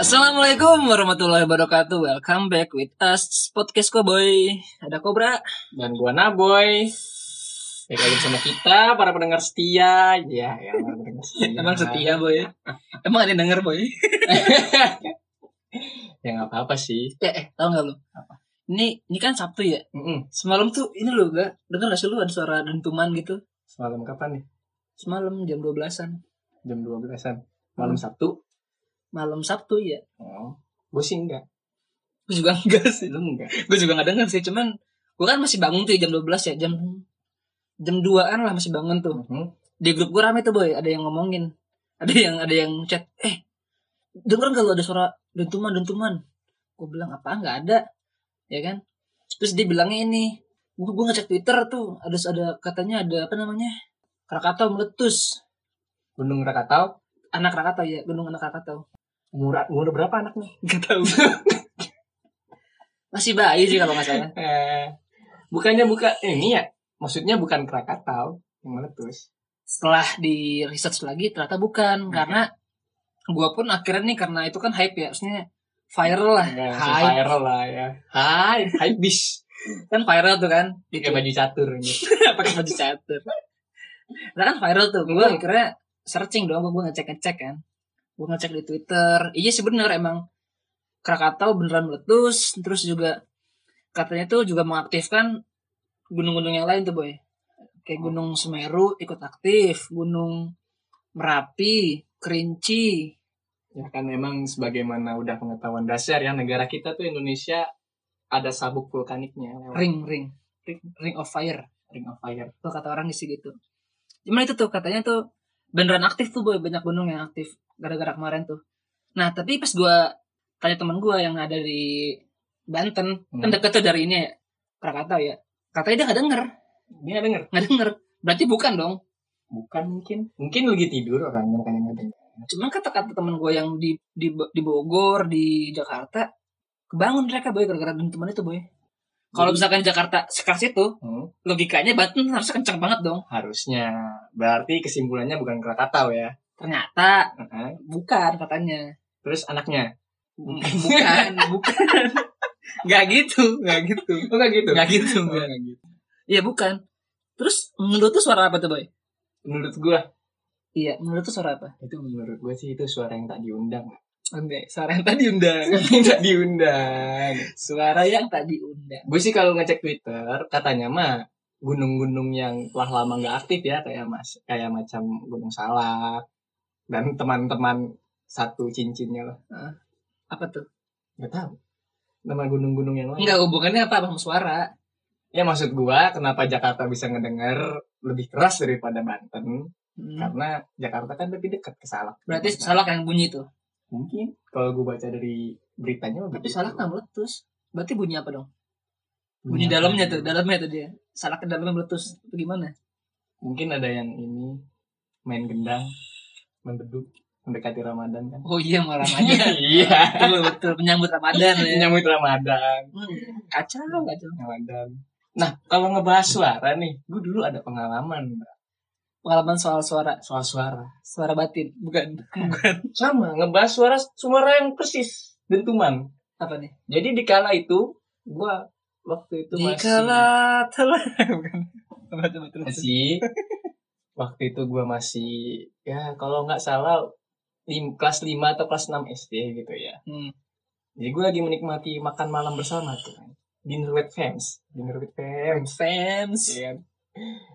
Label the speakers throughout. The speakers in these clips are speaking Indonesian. Speaker 1: Assalamualaikum warahmatullahi wabarakatuh. Welcome back with us podcast Koboy. Ada Kobra.
Speaker 2: dan gua Naboy. Baik lagi bersama kita para pendengar setia. Ya, ya para pendengar setia.
Speaker 1: Emang setia boy. Emang ada yang denger boy.
Speaker 2: Ya nggak apa-apa sih.
Speaker 1: ya, eh, tau nggak lu? Ini ini kan Sabtu ya.
Speaker 2: Mm-mm.
Speaker 1: Semalam tuh ini lu gak denger gak sih lu ada suara dentuman gitu?
Speaker 2: Semalam kapan nih?
Speaker 1: Semalam jam 12-an.
Speaker 2: Jam 12-an. Malam
Speaker 1: Hmm.
Speaker 2: Sabtu.
Speaker 1: Malam Sabtu ya.
Speaker 2: Oh. Gue sih enggak.
Speaker 1: Gue juga enggak sih.
Speaker 2: Lu enggak.
Speaker 1: Gue juga nggak denger sih, cuman gue kan masih bangun tuh ya, jam 12 ya, jam jam 2-an lah masih bangun tuh.
Speaker 2: Mhm.
Speaker 1: di grup gue rame tuh boy ada yang ngomongin ada yang ada yang chat eh denger nggak lu ada suara dentuman dentuman gue bilang apa nggak ada ya kan terus dia bilangnya ini gue gue ngecek twitter tuh ada ada katanya ada apa namanya Krakatau meletus
Speaker 2: Gunung Rakatau.
Speaker 1: anak Krakatau ya gunung anak Krakatau
Speaker 2: Umur, umur berapa anaknya?
Speaker 1: nggak tahu masih bayi sih kalau nggak salah
Speaker 2: Eh, bukannya buka ini ya? Maksudnya bukan Krakatau yang meletus.
Speaker 1: setelah di research lagi ternyata bukan
Speaker 2: Oke.
Speaker 1: karena gue pun akhirnya nih karena itu kan hype ya maksudnya viral lah
Speaker 2: Enggak, langsung
Speaker 1: hype
Speaker 2: viral lah ya.
Speaker 1: Ah,
Speaker 2: Hai, hai bis.
Speaker 1: kan viral tuh kan di
Speaker 2: Pakai baju catur gitu.
Speaker 1: pakai baju catur nah kan viral tuh gue akhirnya searching dong gue ngecek ngecek kan gue ngecek di twitter iya sih bener emang Krakatau beneran meletus terus juga katanya tuh juga mengaktifkan gunung-gunung yang lain tuh boy kayak gunung Semeru ikut aktif gunung Merapi Kerinci
Speaker 2: Ya kan memang sebagaimana udah pengetahuan dasar ya negara kita tuh Indonesia ada sabuk vulkaniknya lewat
Speaker 1: ring ring ring, ring of fire
Speaker 2: Ring of Fire.
Speaker 1: Tuh kata orang sih gitu. Cuman itu tuh katanya tuh beneran aktif tuh boy banyak gunung yang aktif gara-gara kemarin tuh. Nah tapi pas gua tanya teman gua yang ada di Banten kan
Speaker 2: Hmm.
Speaker 1: deket tuh dari ini ya Krakatau ya. Katanya dia nggak denger,
Speaker 2: Ini nggak denger?
Speaker 1: nggak denger. Berarti bukan dong.
Speaker 2: Bukan mungkin. Mungkin lagi tidur orangnya makanya nggak denger.
Speaker 1: Cuman kata-kata teman gua yang di, di di Bogor di Jakarta kebangun mereka boy gara-gara teman itu boy. Kalau
Speaker 2: Jadi-
Speaker 1: misalkan Jakarta sekeras itu
Speaker 2: Hmm,
Speaker 1: logikanya Banten harus kencang banget dong.
Speaker 2: harusnya. Berarti kesimpulannya bukan Krakatau ya.
Speaker 1: Ternyata
Speaker 2: Heeh.
Speaker 1: bukan katanya.
Speaker 2: Terus anaknya?
Speaker 1: bukan bukan nggak gitu nggak gitu
Speaker 2: Oh nggak gitu.
Speaker 1: nggak gitu
Speaker 2: Oh,
Speaker 1: nggak.
Speaker 2: nggak gitu.
Speaker 1: iya bukan terus menurut tuh suara apa tuh boy
Speaker 2: Menurut gua
Speaker 1: iya menurut tuh suara apa
Speaker 2: itu menurut gua sih itu suara yang tak diundang.
Speaker 1: Oke, suara yang tadi undang
Speaker 2: yang tak diundang.
Speaker 1: suara yang tadi undang
Speaker 2: Gue sih kalau ngecek Twitter katanya mah gunung-gunung yang telah lama nggak aktif ya kayak mas kayak macam Gunung Salak dan teman-teman satu cincinnya lah
Speaker 1: apa tuh
Speaker 2: nggak tahu nama gunung-gunung yang lain
Speaker 1: nggak hubungannya apa sama suara
Speaker 2: ya maksud gua kenapa Jakarta bisa ngedenger lebih keras daripada Banten
Speaker 1: Hmm.
Speaker 2: karena Jakarta kan lebih dekat ke Salak
Speaker 1: berarti
Speaker 2: Nah,
Speaker 1: salah yang bunyi tuh
Speaker 2: mungkin kalau gue baca dari beritanya mah
Speaker 1: tapi
Speaker 2: begitu.
Speaker 1: salah nggak meletus berarti bunyi apa dong
Speaker 2: Iya,
Speaker 1: bunyi ya? dalamnya tuh dalamnya tuh dia salah ke dalamnya meletus Itu gimana
Speaker 2: mungkin ada yang ini main gendang mendeduk mendekati Ramadan kan
Speaker 1: oh iya malam aja
Speaker 2: iya
Speaker 1: betul betul penyambut ramadan ya
Speaker 2: nyambut Ramadan
Speaker 1: Hmm, kacau kacau
Speaker 2: Ramadan nah kalau ngebahas suara nih gue dulu ada pengalaman Mbak,
Speaker 1: pengalaman soal suara
Speaker 2: soal suara
Speaker 1: suara batin bukan bukan
Speaker 2: sama ngebahas suara suara yang persis dentuman
Speaker 1: apa nih
Speaker 2: jadi di kala itu gue waktu itu masih
Speaker 1: Dikala telah bukan Apa tuh, betul betul
Speaker 2: masih waktu itu gue masih ya kalau nggak salah lim- kelas 5 atau kelas 6 SD gitu ya
Speaker 1: Hmm.
Speaker 2: jadi gue lagi menikmati makan malam bersama tuh kan. dinner with fans dinner with fans
Speaker 1: fans
Speaker 2: Iya kan?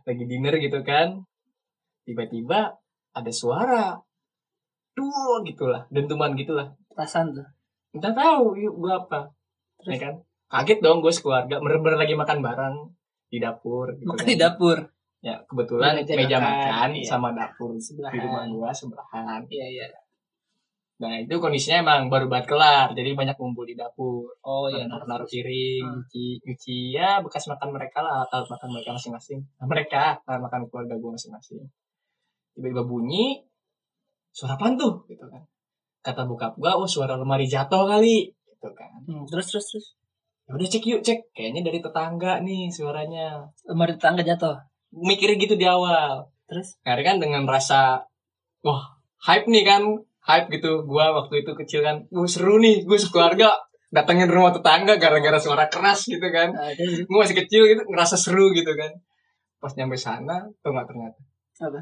Speaker 2: lagi dinner gitu kan tiba-tiba ada suara tuh gitulah dentuman gitulah
Speaker 1: perasaan tuh
Speaker 2: entah tahu yuk gua apa ya kan kaget dong gue sekeluarga merber lagi makan bareng di dapur gitu
Speaker 1: makan
Speaker 2: kan.
Speaker 1: di dapur
Speaker 2: ya kebetulan
Speaker 1: Meja
Speaker 2: meja
Speaker 1: makan,
Speaker 2: makan
Speaker 1: iya.
Speaker 2: sama dapur di rumah
Speaker 1: sebelahan
Speaker 2: gua sebelahan
Speaker 1: iya iya
Speaker 2: nah itu kondisinya emang baru banget kelar jadi banyak ngumpul di dapur
Speaker 1: oh iya
Speaker 2: naruh naruh piring
Speaker 1: Hmm.
Speaker 2: nyuci nyuci ya bekas makan mereka lah alat makan mereka masing-masing Nah, mereka alat makan keluarga gue masing-masing tiba-tiba bunyi suara apaan tuh gitu kan kata bokap gue oh suara lemari jatuh kali gitu kan
Speaker 1: Hmm, terus terus terus
Speaker 2: ya udah cek yuk cek kayaknya dari tetangga nih suaranya
Speaker 1: lemari tetangga jatuh
Speaker 2: mikirnya gitu di awal
Speaker 1: terus
Speaker 2: akhirnya kan dengan rasa wah hype nih kan hype gitu gua waktu itu kecil kan gue seru nih gue sekeluarga datangin rumah tetangga gara-gara suara keras gitu kan
Speaker 1: Nah, itu
Speaker 2: gue masih kecil gitu ngerasa seru gitu kan pas nyampe sana tuh nggak ternyata
Speaker 1: Apa?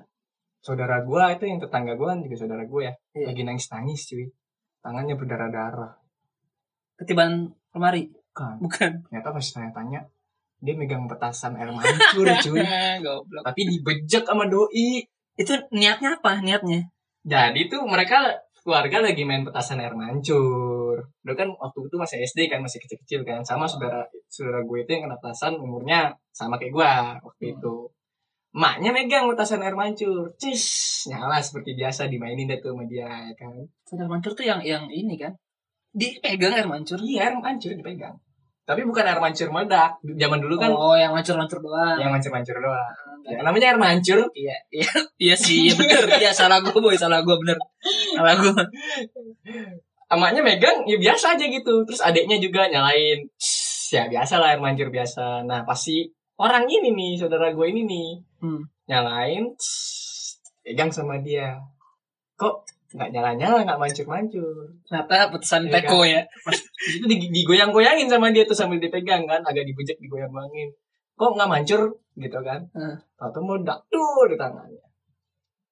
Speaker 2: saudara gua itu yang tetangga gua kan juga saudara gue ya
Speaker 1: Iya.
Speaker 2: lagi nangis nangis cuy tangannya berdarah-darah
Speaker 1: ketiban lemari
Speaker 2: kan
Speaker 1: bukan
Speaker 2: ternyata pas tanya-tanya dia megang petasan air mancur cuy
Speaker 1: Eh, goblok
Speaker 2: tapi dibejek sama doi
Speaker 1: itu niatnya apa niatnya
Speaker 2: jadi tuh mereka keluarga lagi main petasan air mancur dulu kan waktu itu masih SD kan masih kecil-kecil kan sama saudara saudara gue itu yang kena petasan umurnya sama kayak gue waktu
Speaker 1: Hmm.
Speaker 2: itu maknya megang petasan air mancur cis nyala seperti biasa dimainin dah tuh sama dia ya kan
Speaker 1: sadar mancur tuh yang yang ini kan dipegang air mancur
Speaker 2: iya air mancur dipegang tapi bukan air mancur meledak zaman dulu kan
Speaker 1: oh yang mancur mancur doang
Speaker 2: yang mancur-mancur doang
Speaker 1: Iya.
Speaker 2: ya, namanya air mancur
Speaker 1: Iya, iya, iya sih, iya bener. Iya salah gue boy, salah gue bener. Salah gue.
Speaker 2: emaknya megang ya biasa aja gitu terus adiknya juga nyalain Tss, ya biasa lah air mancur biasa nah pasti orang ini nih saudara gue ini nih
Speaker 1: Hmm.
Speaker 2: nyalain tss, pegang sama dia kok nggak nyala nyala nggak mancur mancur
Speaker 1: Ternyata putusan
Speaker 2: Iya
Speaker 1: teko ya.
Speaker 2: itu digoyang goyangin sama dia tuh sambil dipegang kan agak dibujek digoyang goyangin kok nggak mancur gitu kan
Speaker 1: Hmm.
Speaker 2: atau mau tuh di tangannya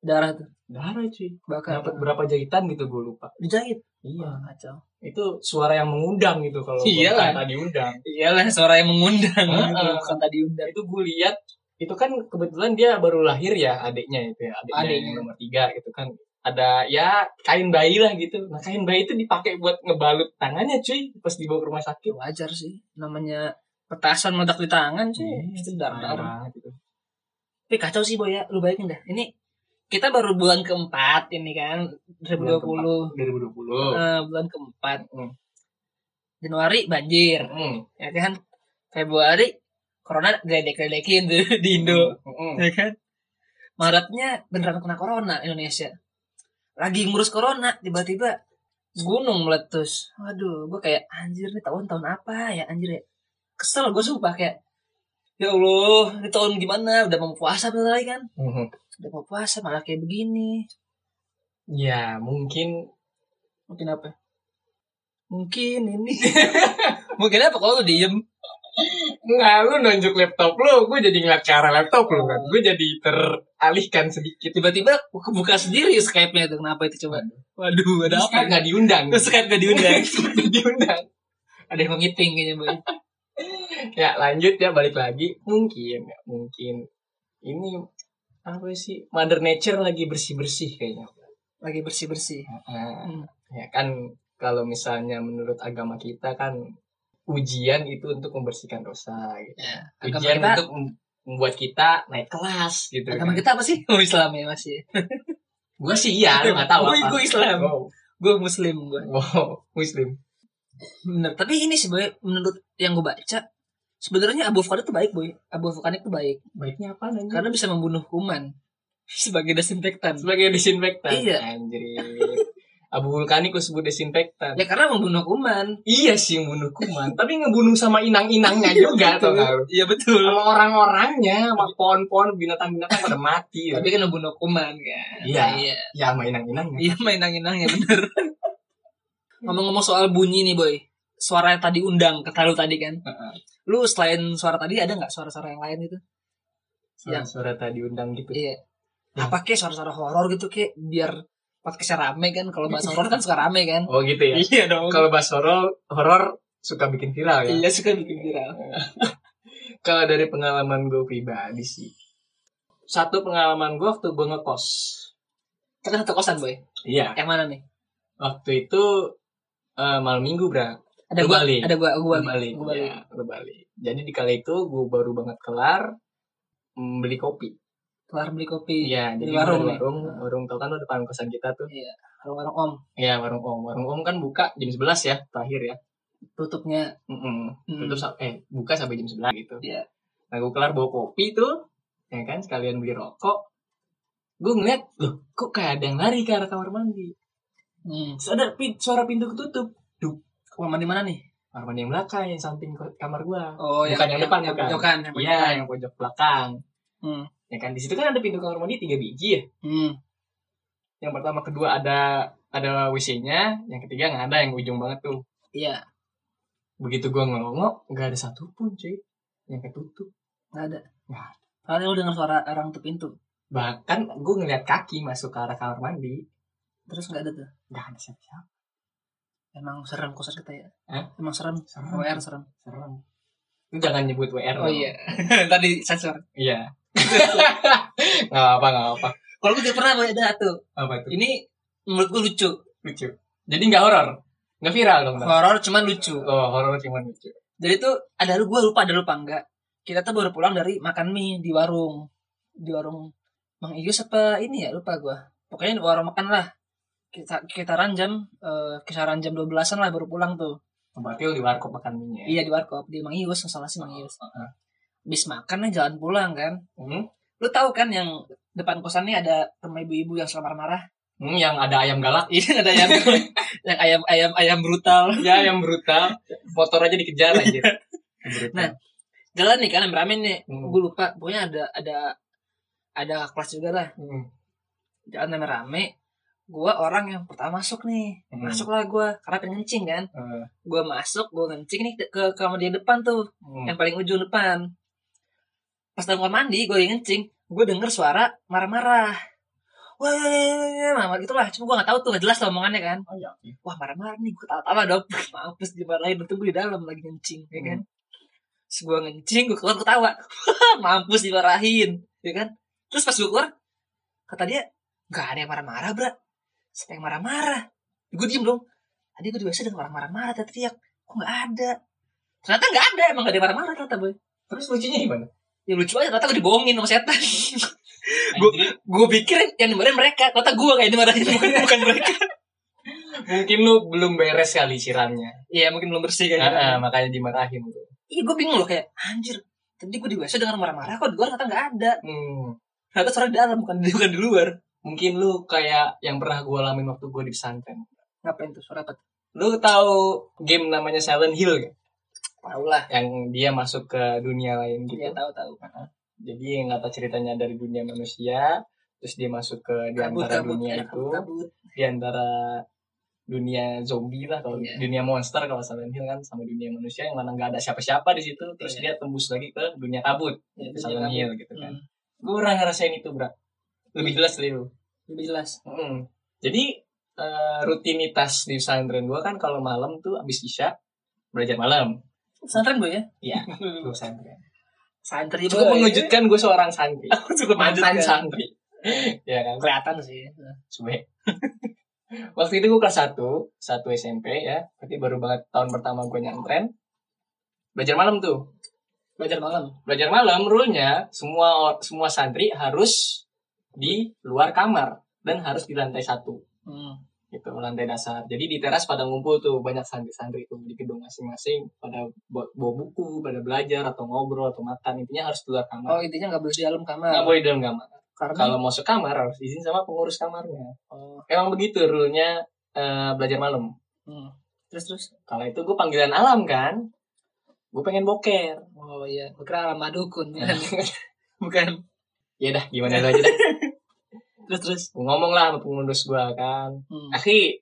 Speaker 1: Darah tuh
Speaker 2: darah cuy
Speaker 1: bakar.
Speaker 2: dapat berapa jahitan gitu gue lupa
Speaker 1: Dijahit.
Speaker 2: iya
Speaker 1: Wah, kacau.
Speaker 2: itu suara yang mengundang gitu kalau
Speaker 1: Iyalah.
Speaker 2: tadi undang
Speaker 1: Iyalah suara yang mengundang gitu,
Speaker 2: Heeh.
Speaker 1: bukan tadi undang.
Speaker 2: itu gue lihat itu kan kebetulan dia baru lahir ya adiknya itu ya adiknya
Speaker 1: Adiknya.
Speaker 2: yang nomor tiga gitu kan ada ya kain bayi lah gitu nah kain bayi itu dipakai buat ngebalut tangannya cuy pas dibawa ke rumah
Speaker 1: Ya,
Speaker 2: sakit
Speaker 1: wajar sih namanya petasan meledak di tangan sih. Itu darah. darah.
Speaker 2: Iya, Parah gitu.
Speaker 1: Tapi kacau sih boy ya, lu bayangin dah. Ini kita baru bulan keempat ini kan 2020
Speaker 2: 2020
Speaker 1: Eh, bulan keempat
Speaker 2: Hmm.
Speaker 1: Januari banjir
Speaker 2: Mm.
Speaker 1: ya kan Februari corona diledek-ledekin tuh di Indo
Speaker 2: Mm.
Speaker 1: ya kan Maretnya beneran kena corona Indonesia lagi ngurus corona tiba-tiba gunung meletus waduh gue kayak anjir nih tahun-tahun apa ya anjir ya kesel gue sumpah kayak ya Allah ini tahun gimana udah mau puasa bentar lagi kan
Speaker 2: Mm.
Speaker 1: udah mau puasa malah kayak begini
Speaker 2: ya mungkin
Speaker 1: mungkin apa mungkin ini mungkin apa kalau lu diem
Speaker 2: Enggak, lu nunjuk laptop lu, gue jadi ngeliat ke arah laptop
Speaker 1: Oh.
Speaker 2: lu kan. Gue jadi teralihkan sedikit.
Speaker 1: tiba-tiba kebuka sendiri Skype-nya itu kenapa itu coba waduh ada
Speaker 2: Terus
Speaker 1: apa
Speaker 2: kan nggak diundang.
Speaker 1: Terus Skype gak diundang
Speaker 2: Nggak diundang.
Speaker 1: ada yang mau meeting kayaknya boy
Speaker 2: ya lanjut ya balik lagi mungkin ya, mungkin ini apa sih mother nature lagi bersih bersih kayaknya
Speaker 1: lagi bersih bersih
Speaker 2: Ah,
Speaker 1: Hmm.
Speaker 2: ya kan kalau misalnya menurut agama kita kan ujian itu untuk membersihkan dosa gitu.
Speaker 1: ya, agama
Speaker 2: ujian
Speaker 1: kita
Speaker 2: untuk mem- membuat kita naik kelas gitu
Speaker 1: agama
Speaker 2: kan
Speaker 1: kita apa sih oh Islam ya masih
Speaker 2: gue sih iya lu nggak tahu
Speaker 1: Gua-
Speaker 2: apa
Speaker 1: gua Islam.
Speaker 2: wow,
Speaker 1: gue Muslim gue
Speaker 2: Wow, muslim
Speaker 1: bener tapi ini sih boy menurut yang gue baca sebenarnya abu vulkanik itu baik boy abu vulkanik itu baik
Speaker 2: baiknya apa nanya
Speaker 1: karena bisa membunuh kuman sebagai desinfektan
Speaker 2: sebagai disinfektan
Speaker 1: Iya.
Speaker 2: anjir abu vulkanik gue sebut disinfektan
Speaker 1: ya karena membunuh kuman
Speaker 2: Iya sih bunuh kuman, tapi ngebunuh sama inang-inangnya juga
Speaker 1: Betul.
Speaker 2: tau gak lu?
Speaker 1: iya betul
Speaker 2: Sama orang-orangnya, sama pohon-pohon binatang-binatang pada mati ya.
Speaker 1: tapi kan membunuh kuman kan
Speaker 2: Iya.
Speaker 1: iya
Speaker 2: Ya sama inang-inangnya.
Speaker 1: Iya main angin-angin bener Ngomong-ngomong soal bunyi nih boy Suara yang tadi undang kata lu tadi kan
Speaker 2: Heeh.
Speaker 1: Lu selain suara tadi ada nggak suara-suara yang lain gitu?
Speaker 2: Suara-suara tadi undang gitu.
Speaker 1: Iya
Speaker 2: Ya.
Speaker 1: Apa kek suara-suara horor gitu kek Biar podcastnya rame kan Kalau bahas horor kan suka rame kan
Speaker 2: Oh gitu ya.
Speaker 1: Iya dong
Speaker 2: Kalau bahas horor, horor suka bikin viral ya.
Speaker 1: Iya suka bikin viral
Speaker 2: Kalau dari pengalaman gue pribadi sih. Satu pengalaman gue waktu gue ngekos.
Speaker 1: Kita kan satu kosan boy
Speaker 2: Iya.
Speaker 1: Yang mana nih?
Speaker 2: Waktu itu eh, malam minggu, Bra.
Speaker 1: Ada
Speaker 2: Lu
Speaker 1: gua
Speaker 2: balik.
Speaker 1: Ada gua Gua
Speaker 2: Lu
Speaker 1: balik Gua balik
Speaker 2: ya, lu balik. Jadi di kali itu gue baru banget kelar mm, beli kopi.
Speaker 1: Keluar beli kopi
Speaker 2: Iya,
Speaker 1: Dari
Speaker 2: jadi
Speaker 1: warung
Speaker 2: warung,
Speaker 1: nih.
Speaker 2: warung, warung tau kan lu depan kosan kita tuh.
Speaker 1: Warung-warung om
Speaker 2: Iya, warung Om. Warung Om kan buka jam 11 ya, terakhir ya.
Speaker 1: Tutupnya
Speaker 2: Mm-mm.
Speaker 1: Mm.
Speaker 2: Tutup sa- eh buka sampai jam 11 gitu.
Speaker 1: Iya.
Speaker 2: Nah, gue kelar bawa kopi tuh, ya kan sekalian beli rokok. Gue ngeliat, loh kok kayak ada yang lari ke arah kamar mandi.
Speaker 1: hmm.
Speaker 2: Terus ada pin- suara pintu ketutup.
Speaker 1: Kamar mandi mana nih?
Speaker 2: Kamar mandi yang belakang, yang samping ko- kamar gua.
Speaker 1: Oh
Speaker 2: Bukan yang depan, bukan.
Speaker 1: pojokan, yang pojokan.
Speaker 2: Iya, yang pojok belakang.
Speaker 1: Hmm.
Speaker 2: Ya kan, di situ kan ada pintu kamar mandi tiga biji ya.
Speaker 1: Hmm.
Speaker 2: Yang pertama kedua ada ada WC-nya, yang ketiga nggak ada yang ujung banget tuh.
Speaker 1: Iya,
Speaker 2: Begitu gua ngelongok, nggak ada satupun cuy yang ketutup.
Speaker 1: nggak ada.
Speaker 2: Nggak
Speaker 1: Paling lu dengar suara orang tuh pintu,
Speaker 2: Bahkan gue ngeliat kaki masuk ke arah kamar mandi,
Speaker 1: terus nggak ada tuh.
Speaker 2: nggak ada siapa-siapa.
Speaker 1: Emang serem kosan kita ya?
Speaker 2: Hah?
Speaker 1: Emang serem.
Speaker 2: Serem.
Speaker 1: WR serem.
Speaker 2: Serem. Lu jangan nyebut WR.
Speaker 1: Oh
Speaker 2: dong.
Speaker 1: iya. Tadi sensor.
Speaker 2: Iya. nggak apa nggak apa.
Speaker 1: Kalau gue tidak pernah gua ada tuh.
Speaker 2: Apa itu?
Speaker 1: Ini menurut gue lucu.
Speaker 2: Lucu. Jadi nggak horor, nggak viral dong. Bang?
Speaker 1: Horor cuman lucu.
Speaker 2: Oh horor cuman lucu.
Speaker 1: Jadi tuh ada lu gue lupa ada lupa enggak. Kita tuh baru pulang dari makan mie di warung. Di warung Mang Ius apa ini ya lupa gua. Pokoknya di warung makan lah. Kita kitaran jam eh, kisaran jam 12-an lah baru pulang tuh.
Speaker 2: Berarti lu di warkop makan mie
Speaker 1: Iya di warkop di Mang Ius salah si Mang Ius.
Speaker 2: Heeh.
Speaker 1: Bis makan nih jalan pulang kan.
Speaker 2: Hmm?
Speaker 1: Lu tahu kan yang depan kosannya ada rumah ibu-ibu yang selalu marah-marah.
Speaker 2: Hmm, yang ada ayam galak.
Speaker 1: Ini ada yang yang ayam ayam ayam brutal.
Speaker 2: ya yang brutal motor aja dikejar aja
Speaker 1: Nah, Jalan nih kan rame nih.
Speaker 2: Hmm.
Speaker 1: Gue lupa pokoknya ada ada ada kelas juga lah.
Speaker 2: Hmm.
Speaker 1: jalan rame-rame gue orang yang pertama masuk nih
Speaker 2: Hmm.
Speaker 1: masuklah gue karena pengen kencing kan
Speaker 2: Eh,
Speaker 1: gue masuk gue kencing nih ke kamar dia depan tuh
Speaker 2: hmm.
Speaker 1: yang paling ujung depan pas dalam kamar mandi gue kencing gue denger suara marah-marah wah marah gitulah cuma gue nggak tahu tuh nggak jelas lah omongannya kan
Speaker 2: oh, ya, oke.
Speaker 1: wah marah-marah nih gue tawa-tawa dong mampus dimarahin lain gue di dalam lagi kencing ya kan terus gue ngencing gue keluar gue tawa mampus dimarahin ya kan terus pas gue keluar kata dia nggak ada yang marah-marah bra siapa yang marah-marah gue diem dong tadi gue biasa dengan orang marah-marah teriak kok nggak ada ternyata nggak ada emang nggak ada yang marah-marah ternyata boy
Speaker 2: terus lucunya gimana
Speaker 1: ya lucu aja ternyata gue dibohongin sama setan Gua-
Speaker 2: Anjir,
Speaker 1: gue pikir yang dimarahin mereka ternyata gue kayak dimarahin bukan, bukan mereka
Speaker 2: mungkin lu belum beres kali siramnya
Speaker 1: Iya mungkin belum bersih
Speaker 2: Ah, ah,
Speaker 1: kayaknya
Speaker 2: makanya dimarahin tuh
Speaker 1: Iya gue bingung loh kayak anjir tadi gue di WC dengan marah-marah kok di luar ternyata nggak ada
Speaker 2: Hmm.
Speaker 1: ternyata suara di dalam bukan di bukan di luar
Speaker 2: mungkin lu kayak yang pernah gua alamin waktu gua di pesantren
Speaker 1: ngapain tuh suara apa tuh?
Speaker 2: lu tahu game namanya Silent Hill gak?
Speaker 1: tahu lah
Speaker 2: yang dia masuk ke dunia lain gitu
Speaker 1: dia tahu tahu
Speaker 2: jadi yang kata ceritanya dari dunia manusia terus dia masuk ke di
Speaker 1: kabut
Speaker 2: antara
Speaker 1: kabut
Speaker 2: dunia
Speaker 1: ya
Speaker 2: itu
Speaker 1: kabut kabut
Speaker 2: di antara dunia zombie lah kalau
Speaker 1: Iya.
Speaker 2: dunia monster kalau Silent Hill kan sama dunia manusia yang mana nggak ada siapa-siapa di situ terus
Speaker 1: Iya.
Speaker 2: dia tembus lagi ke dunia kabut
Speaker 1: Iya,
Speaker 2: ke
Speaker 1: dunia
Speaker 2: Silent
Speaker 1: kabut.
Speaker 2: Hill gitu kan
Speaker 1: Hmm,
Speaker 2: gue pernah ngerasain itu bro lebih jelas dari lu
Speaker 1: lebih jelas
Speaker 2: Mm-mm. jadi eh, rutinitas di pesantren gue kan kalau malam tuh abis isya belajar malam
Speaker 1: pesantren gue ya
Speaker 2: Iya. gue pesantren
Speaker 1: santri gue
Speaker 2: cukup mengejutkan gue seorang santri
Speaker 1: Oh, iya. cukup
Speaker 2: mantan
Speaker 1: mengejutkan
Speaker 2: santri ya kan
Speaker 1: kelihatan sih
Speaker 2: Sube. Waktu itu gue kelas 1, 1 SMP ya. Berarti baru banget tahun pertama gue nyantren. Belajar malam tuh.
Speaker 1: belajar malam
Speaker 2: Belajar malam rule-nya semua semua santri harus di luar kamar dan harus di lantai satu
Speaker 1: hmm.
Speaker 2: gitu lantai dasar jadi di teras pada ngumpul tuh banyak santri-santri tuh di gedung masing-masing pada bawa bawa buku pada belajar atau ngobrol atau makan intinya harus di
Speaker 1: oh iya.
Speaker 2: luar kamar
Speaker 1: intinya nggak boleh di dalam kamar
Speaker 2: nggak boleh di dalam kamar
Speaker 1: karena
Speaker 2: kalau masuk kamar harus izin sama pengurus kamarnya
Speaker 1: oh,
Speaker 2: emang begitu rule-nya eh, belajar malam.
Speaker 1: hmm. terus terus
Speaker 2: Kalau itu gue panggilan alam kan, gue pengen boker.
Speaker 1: oh iya gue kira lama dukun
Speaker 2: Ya.
Speaker 1: bukan bukan
Speaker 2: ya dah, gimana lu aja dah.
Speaker 1: terus terus
Speaker 2: Gue ngomong lah sama pengurus gue kan,
Speaker 1: hmm.
Speaker 2: akhi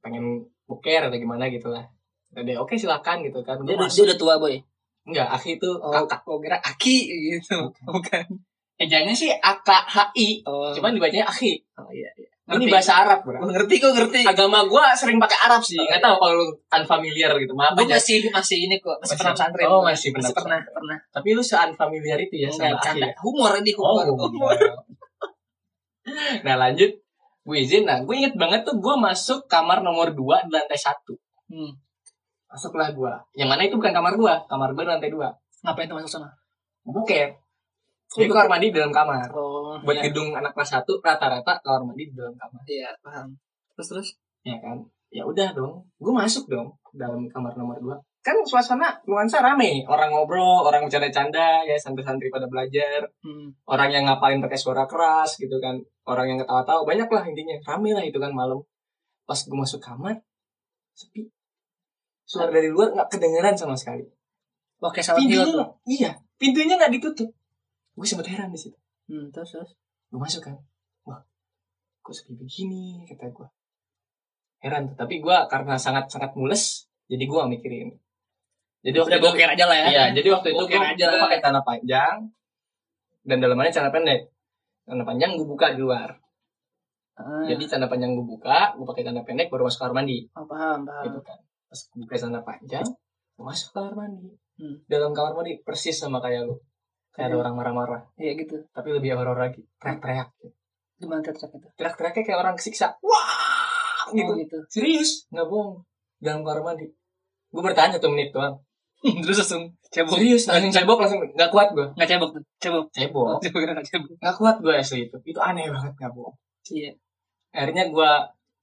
Speaker 2: pengen boker atau gimana gitu lah. Udah, oke silakan gitu kan.
Speaker 1: dia,
Speaker 2: Gue
Speaker 1: udah- dia
Speaker 2: masuk.
Speaker 1: udah tua boy
Speaker 2: Enggak, akhi itu
Speaker 1: oh
Speaker 2: kakak.
Speaker 1: oh kira aki gitu bukan
Speaker 2: Ejaannya sih AKHI,
Speaker 1: oh
Speaker 2: cuman dibacanya akhi.
Speaker 1: oh iya iya
Speaker 2: Ini
Speaker 1: Ngerti.
Speaker 2: bahasa Arab, bro.
Speaker 1: gue ngerti gue ngerti
Speaker 2: Agama gue sering pakai Arab sih, nggak tahu kalau lu unfamiliar gitu. Maaf
Speaker 1: gue
Speaker 2: aja.
Speaker 1: masih masih ini kok masih,
Speaker 2: Masih-
Speaker 1: pernah pesantren
Speaker 2: oh,
Speaker 1: gua.
Speaker 2: masih pernah
Speaker 1: pernah Iya,
Speaker 2: pesantren.
Speaker 1: pernah
Speaker 2: Tapi lu se-unfamiliar itu ya
Speaker 1: enggak
Speaker 2: sama akhi.
Speaker 1: bercanda humor ini
Speaker 2: Oh,
Speaker 1: humor humor
Speaker 2: wow. nah lanjut gue izin nah gue inget banget tuh gue masuk kamar nomor 2 di lantai satu
Speaker 1: hmm.
Speaker 2: masuklah gue yang mana itu bukan kamar gue kamar gue di lantai dua
Speaker 1: ngapain tuh masuk sana
Speaker 2: buket jadi kamar mandi di dalam kamar
Speaker 1: oh
Speaker 2: buat
Speaker 1: iya.
Speaker 2: gedung anak kelas satu rata-rata kamar mandi di dalam kamar
Speaker 1: iya paham terus terus
Speaker 2: ya kan ya udah dong gue masuk dong ke dalam kamar nomor 2 kan suasana nuansa rame orang ngobrol orang bercanda-canda ya santri-santri pada belajar
Speaker 1: hmm.
Speaker 2: orang yang ngapalin pakai suara keras gitu kan orang yang ketawa-tawa banyak lah intinya rame lah itu kan malam pas gue masuk kamar sepi suara dari luar nggak kedengeran sama sekali
Speaker 1: oke salam
Speaker 2: pintunya
Speaker 1: hilang tuh
Speaker 2: nggak- iya pintunya nggak ditutup gue sempet heran di situ
Speaker 1: hmm, terus terus
Speaker 2: gue masuk kan wah kok sepi begini kata gue heran tuh tapi gue karena sangat sangat mules jadi gue mikirin jadi
Speaker 1: Udah
Speaker 2: waktu itu
Speaker 1: boker aja lah ya.
Speaker 2: iya jadi waktu itu
Speaker 1: Boker
Speaker 2: gue
Speaker 1: aja.
Speaker 2: pakai tanah panjang dan dalamannya celana pendek tanah panjang gue buka di luar
Speaker 1: Ah,
Speaker 2: jadi celana panjang gue buka gue pakai tanah pendek baru masuk kamar mandi
Speaker 1: oh, paham, paham.
Speaker 2: gitu kan pas gue buka celana panjang gue masuk kamar mandi
Speaker 1: Hmm.
Speaker 2: dalam kamar mandi persis sama kayak lu kayak ada
Speaker 1: Oke.
Speaker 2: orang marah-marah
Speaker 1: Iya gitu.
Speaker 2: tapi lebih horor lagi teriak-teriak
Speaker 1: Gimana tetap itu?
Speaker 2: teriak-teriaknya kayak orang kesiksa wah
Speaker 1: Oh,
Speaker 2: gitu
Speaker 1: gitu.
Speaker 2: serius nggak bohong dalam kamar mandi gue bertahan satu menit doang
Speaker 1: Terus langsung cebok.
Speaker 2: serius langsung cebok langsung nggak kuat gue
Speaker 1: Enggak cebok tuh. Cebok.
Speaker 2: cebok
Speaker 1: Cebok enggak cebok.
Speaker 2: nggak kuat gue asli itu itu aneh banget nggak bohong
Speaker 1: Iya.
Speaker 2: akhirnya gue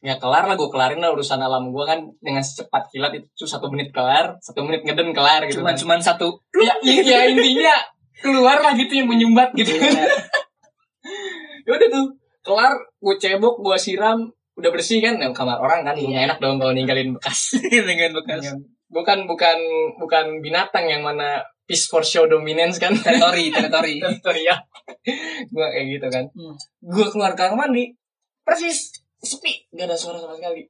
Speaker 2: ya kelar lah gue kelarin lah urusan alam gue kan dengan secepat kilat itu cuma satu menit kelar satu menit ngeden kelar gitu
Speaker 1: Cuman
Speaker 2: kan.
Speaker 1: cuman satu.
Speaker 2: ya, ya intinya keluar lah gitu yang menyumbat gitu
Speaker 1: Iya.
Speaker 2: ya udah tuh kelar gue cebok gue siram udah bersih kan Nah, kamar orang kan
Speaker 1: Iya.
Speaker 2: lumayan enak dong kalau ninggalin bekas
Speaker 1: Dengan bekas.
Speaker 2: bukan bukan bukan binatang yang mana peace for show dominance kan
Speaker 1: Teritori, teritori.
Speaker 2: ya gue kayak gitu kan
Speaker 1: Hmm.
Speaker 2: gue keluar kamar mandi persis sepi gak ada suara sama sekali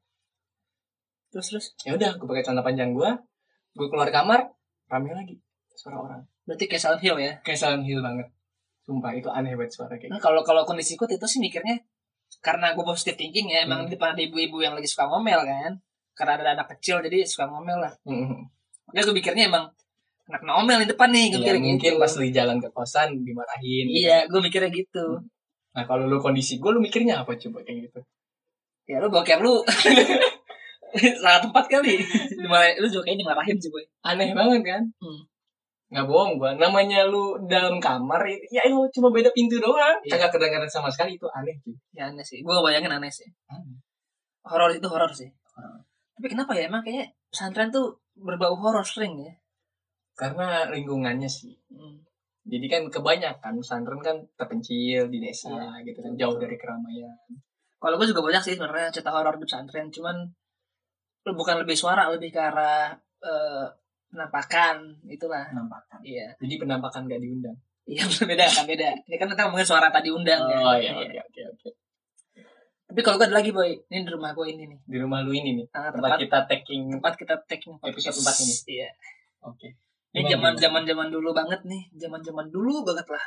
Speaker 1: Terus terus.
Speaker 2: ya udah gue pakai celana panjang gue gue keluar kamar rame lagi suara orang
Speaker 1: Berarti kayak Silent Hill ya.
Speaker 2: kayak Silent Hill banget sumpah itu aneh banget suara kayak gitu.
Speaker 1: Nah, kalau kalau kondisiku itu sih mikirnya karena gue positive thinking ya, emang di depan ada ibu-ibu yang lagi suka ngomel kan. Karena ada anak kecil jadi suka ngomel lah.
Speaker 2: Mm-mm.
Speaker 1: Makanya gue pikirnya emang anak ngomel di depan nih, gue
Speaker 2: Iya,
Speaker 1: mikirnya
Speaker 2: mungkin
Speaker 1: gitu.
Speaker 2: pas di jalan ke kosan dimarahin gitu.
Speaker 1: Iya, gue mikirnya gitu.
Speaker 2: nah kalau lu kondisi gue lu mikirnya apa coba kayak gitu
Speaker 1: Ya lu boker lu. Salah tempat kali. Dimarahin, lu juga kayaknya dimarahin sih, Boy.
Speaker 2: aneh banget kan
Speaker 1: Hmm.
Speaker 2: nggak bohong gua namanya lu dalam kamar ya lu cuma beda pintu doang
Speaker 1: Iya.
Speaker 2: kagak kedengaran sama sekali itu aneh sih
Speaker 1: Ya aneh sih. Gue bayangin aneh sih. Horor itu Hmm. horor sih. Tapi kenapa ya emang kayaknya pesantren tuh berbau horor sering ya.
Speaker 2: karena lingkungannya sih
Speaker 1: Hmm.
Speaker 2: jadi kan kebanyakan pesantren kan terpencil di desa
Speaker 1: Iya.
Speaker 2: gitu kan jauh dari keramaian
Speaker 1: Kalau gue juga banyak sih sebenarnya cerita horor di pesantren, cuman lu bukan lebih suara, lebih ke arah eh, penampakan itulah.
Speaker 2: penampakan
Speaker 1: Iya,
Speaker 2: jadi penampakan gak diundang
Speaker 1: iya beda kan beda. Ini kan tentang mungkin suara tadi undang kan?
Speaker 2: oh iya oke oke oke
Speaker 1: Tapi kalau gue ada lagi boy, ini di rumah gue ini nih.
Speaker 2: di rumah lu ini nih
Speaker 1: Ah, tempat
Speaker 2: tempat kita taking
Speaker 1: tempat kita taking
Speaker 2: Episode empat ini.
Speaker 1: Iya.
Speaker 2: oke
Speaker 1: Ini zaman zaman zaman dulu banget nih, zaman zaman dulu banget lah.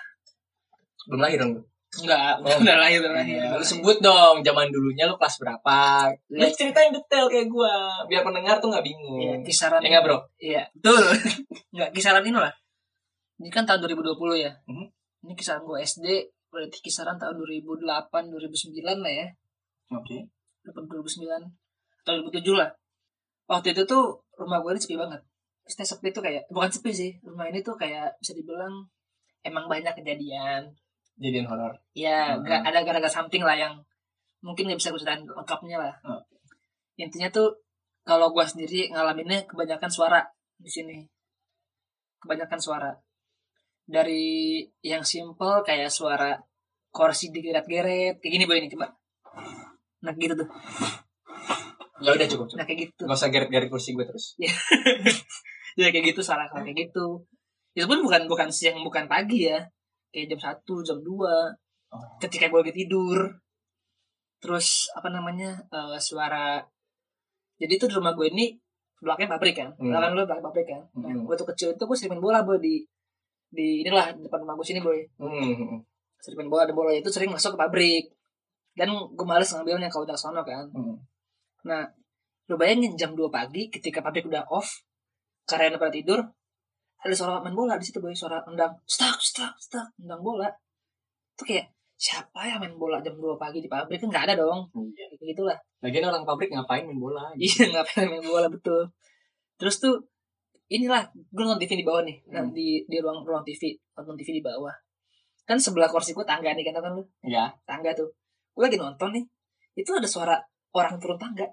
Speaker 2: belum lahir dong lu?
Speaker 1: Enggak,
Speaker 2: Oh.
Speaker 1: udah lahir udah lahir.
Speaker 2: Iya, lu
Speaker 1: Udah ya.
Speaker 2: sebut dong zaman dulunya lu kelas berapa
Speaker 1: Iya.
Speaker 2: lu ceritain detail kayak gua biar pendengar tuh nggak bingung
Speaker 1: Iya, kisaran.
Speaker 2: Ya nggak bro?
Speaker 1: Iya, betul. Enggak kisaran ini lah. Ini kan tahun 2020 ya.
Speaker 2: Mhm.
Speaker 1: Ini kisaran gue SD, berarti kisaran tahun 2008, 2009 lah ya.
Speaker 2: Oke.
Speaker 1: 2009 atau 2007 lah. Waktu itu tuh rumah gue ini sepi banget. Maksudnya sepi tuh kayak bukan sepi sih. Rumah ini tuh kayak bisa dibilang emang banyak kejadian.
Speaker 2: Jadiin horor.
Speaker 1: Ya,
Speaker 2: Mhm.
Speaker 1: ga- ada gara-gara something lah yang mungkin nggak bisa gue ceritain lengkapnya lah.
Speaker 2: Oke.
Speaker 1: Intinya tuh kalau gue sendiri ngalaminnya kebanyakan suara di sini. Kebanyakan suara. Dari yang simple kayak suara kursi digeret-geret kayak gini boy ini coba. Nah gitu tuh.
Speaker 2: Ya udah cukup cukup.
Speaker 1: Nah kayak gitu.
Speaker 2: Gak usah geret-geret kursi gue terus.
Speaker 1: ya kayak gitu suara suara kayak gitu itu pun bukan bukan siang bukan pagi ya kayak jam satu jam 2
Speaker 2: Oh.
Speaker 1: ketika gue lagi tidur terus apa namanya eh, suara jadi itu di rumah gue ini belakangnya pabrik kan
Speaker 2: Hmm.
Speaker 1: belakang lu belakang pabrik kan nah,
Speaker 2: Hmm.
Speaker 1: gue tuh kecil itu gue sering main bola boy di di inilah di depan rumah gue sini boy
Speaker 2: Hmm.
Speaker 1: sering main bola ada bola itu sering masuk ke pabrik dan gue males ngambilnya kalau udah sono kan
Speaker 2: Hmm.
Speaker 1: lu bayangin jam 2 pagi ketika pabrik udah off karyawan pada tidur ada suara main bola di situ boy suara nendang stuck stuck stuck nendang bola itu kayak siapa yang main bola jam 2 pagi di pabrik kan nggak ada dong
Speaker 2: Iya.
Speaker 1: kayak gitulah
Speaker 2: Lagian orang pabrik ngapain main bola? gitu.
Speaker 1: iya ngapain main bola betul terus tuh inilah gue nonton TV di bawah nih nah,
Speaker 2: Hmm.
Speaker 1: di di ruang ruang TV nonton TV di bawah kan sebelah kursi gue tangga nih kan kan lu
Speaker 2: Iya.
Speaker 1: tangga tuh gue lagi nonton nih itu ada suara orang turun tangga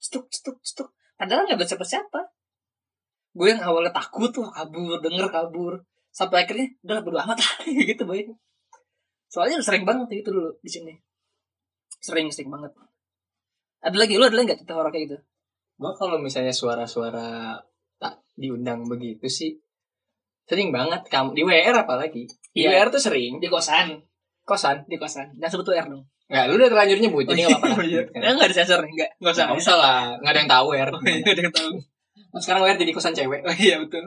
Speaker 1: stuk stuk stuk padahal nggak ada siapa siapa gue yang awalnya takut tuh kabur denger kabur sampai akhirnya udah bodo amat lah gitu boy soalnya sering banget gitu dulu di sini sering sering banget ada lagi lu ada lagi nggak cerita horor kayak gitu
Speaker 2: Gue kalau misalnya suara-suara tak diundang begitu sih sering banget kamu di WR apalagi. Di
Speaker 1: Iya.
Speaker 2: WR tuh sering
Speaker 1: di kosan
Speaker 2: kosan.
Speaker 1: di kosan dan sebut tuh R dong
Speaker 2: Nggak, lu udah terlanjur nyebut, jadi nggak apa-apa.
Speaker 1: Oh, iya.
Speaker 2: Kan.
Speaker 1: Eh, nggak disensor nih, nggak. Nggak usah.
Speaker 2: Nggak usah lah, nggak ada yang tahu ya.
Speaker 1: Oh iya, udah ketahuan.
Speaker 2: Sekarang gue jadi kosan cewek.
Speaker 1: Oh iya, betul.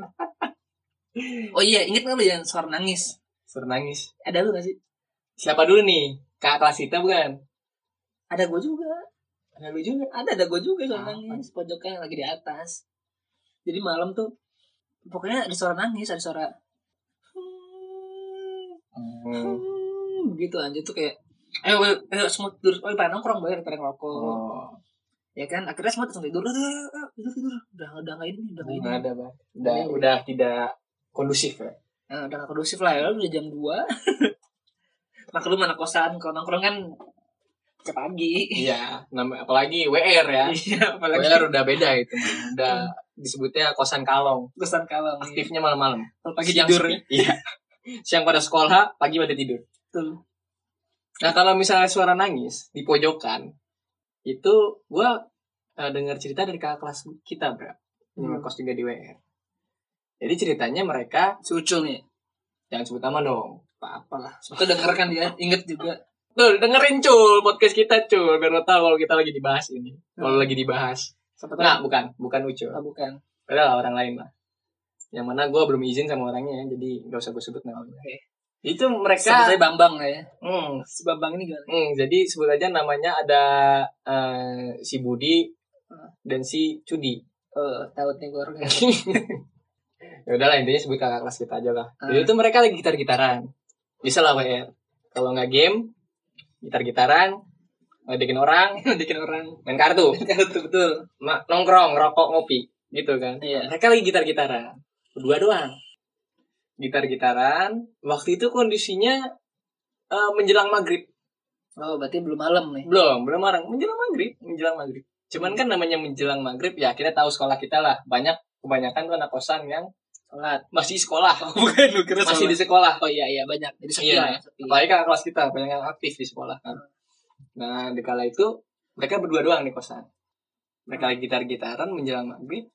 Speaker 1: Oh iya, inget nggak lu yang suara nangis?
Speaker 2: Suruh nangis.
Speaker 1: Ada lu nggak sih?
Speaker 2: Siapa dulu nih? Kak Klasita bukan?
Speaker 1: Ada gue juga.
Speaker 2: Ada lu juga.
Speaker 1: Ada, ada gue juga suara
Speaker 2: Apa?
Speaker 1: nangis. Pojoknya yang lagi di atas. Jadi malam tuh, pokoknya ada suara nangis, ada suara hmm, gitu anjir tuh kayak ayo ayo, ayo semua tidur oh pada nongkrong bayar pada ngerokok
Speaker 2: Oh,
Speaker 1: ya kan akhirnya semua langsung tidur udah tidur tidur udah udah nggak ini udah nggak ini
Speaker 2: nggak ada, Bang. Udah, udah tidak kondusif ya.
Speaker 1: Eh, udah gak kondusif lah ya udah jam 2 maklum anak kosan kalau nongkrong kan ke pagi
Speaker 2: Iya, nama apalagi WR ya.
Speaker 1: iya apalagi
Speaker 2: WR udah beda itu, Bang. udah disebutnya kosan kalong.
Speaker 1: kosan kalong iya.
Speaker 2: Aktifnya malam-malam.
Speaker 1: kalau pagi
Speaker 2: Siang
Speaker 1: tidur
Speaker 2: sepi. Iya. Siang pada sekolah, pagi pada tidur.
Speaker 1: betul
Speaker 2: Nah kalau misalnya suara nangis di pojokan itu gua eh, dengar cerita dari kakak kelas kita bro
Speaker 1: Hmm.
Speaker 2: yang kos juga di WR. Jadi ceritanya mereka
Speaker 1: si ucul nih
Speaker 2: jangan sebut nama dong.
Speaker 1: apa apalah suka denger kan dia inget juga
Speaker 2: Tuh dengerin cul podcast kita cul biar lo tahu kalau kita lagi dibahas ini.
Speaker 1: Hmm.
Speaker 2: Kalau lagi dibahas.
Speaker 1: siapa tahu
Speaker 2: Nah bukan bukan ucul.
Speaker 1: Ah, bukan
Speaker 2: Padahal orang lain lah. Yang mana gua belum izin sama orangnya jadi nggak usah gue sebut namanya.
Speaker 1: Oke.
Speaker 2: Itu
Speaker 1: sebut
Speaker 2: mereka.
Speaker 1: aja bambang lah ya
Speaker 2: Hmm,
Speaker 1: si bambang ini gimana
Speaker 2: Hmm, jadi sebut aja namanya ada eh, si Budi dan si Cudi.
Speaker 1: oh tahu nih gue orangnya
Speaker 2: ya udahlah intinya sebut kakak kelas kita aja lah.
Speaker 1: Ah.
Speaker 2: Jadi itu mereka lagi gitar-gitaran. Bisa lah WR. Kalau nggak game, gitar-gitaran, ngedekin orang,
Speaker 1: bikin orang
Speaker 2: main kartu,
Speaker 1: betul betul
Speaker 2: ma- nongkrong, rokok, ngopi, gitu kan.
Speaker 1: Iya.
Speaker 2: Mereka lagi gitar-gitaran. Berdua doang. Gitar-gitaran. Waktu itu kondisinya eh, menjelang maghrib.
Speaker 1: Oh, berarti belum malam nih.
Speaker 2: Belum, belum orang. Menjelang maghrib, menjelang maghrib. Cuman kan namanya menjelang maghrib, ya kita tahu sekolah kita lah. Banyak, kebanyakan tuh anak kosan yang
Speaker 1: Sholat.
Speaker 2: masih sekolah.
Speaker 1: Bukan lu kira
Speaker 2: Masih di sekolah.
Speaker 1: Oh iya iya banyak. Jadi sepi
Speaker 2: Iya.
Speaker 1: lah ya, sepi.
Speaker 2: Apalagi kakak kelas kita, banyak yang aktif di sekolah kan. Nah, di kala itu, mereka berdua doang di kosan. Mereka lagi gitar-gitaran menjelang maghrib.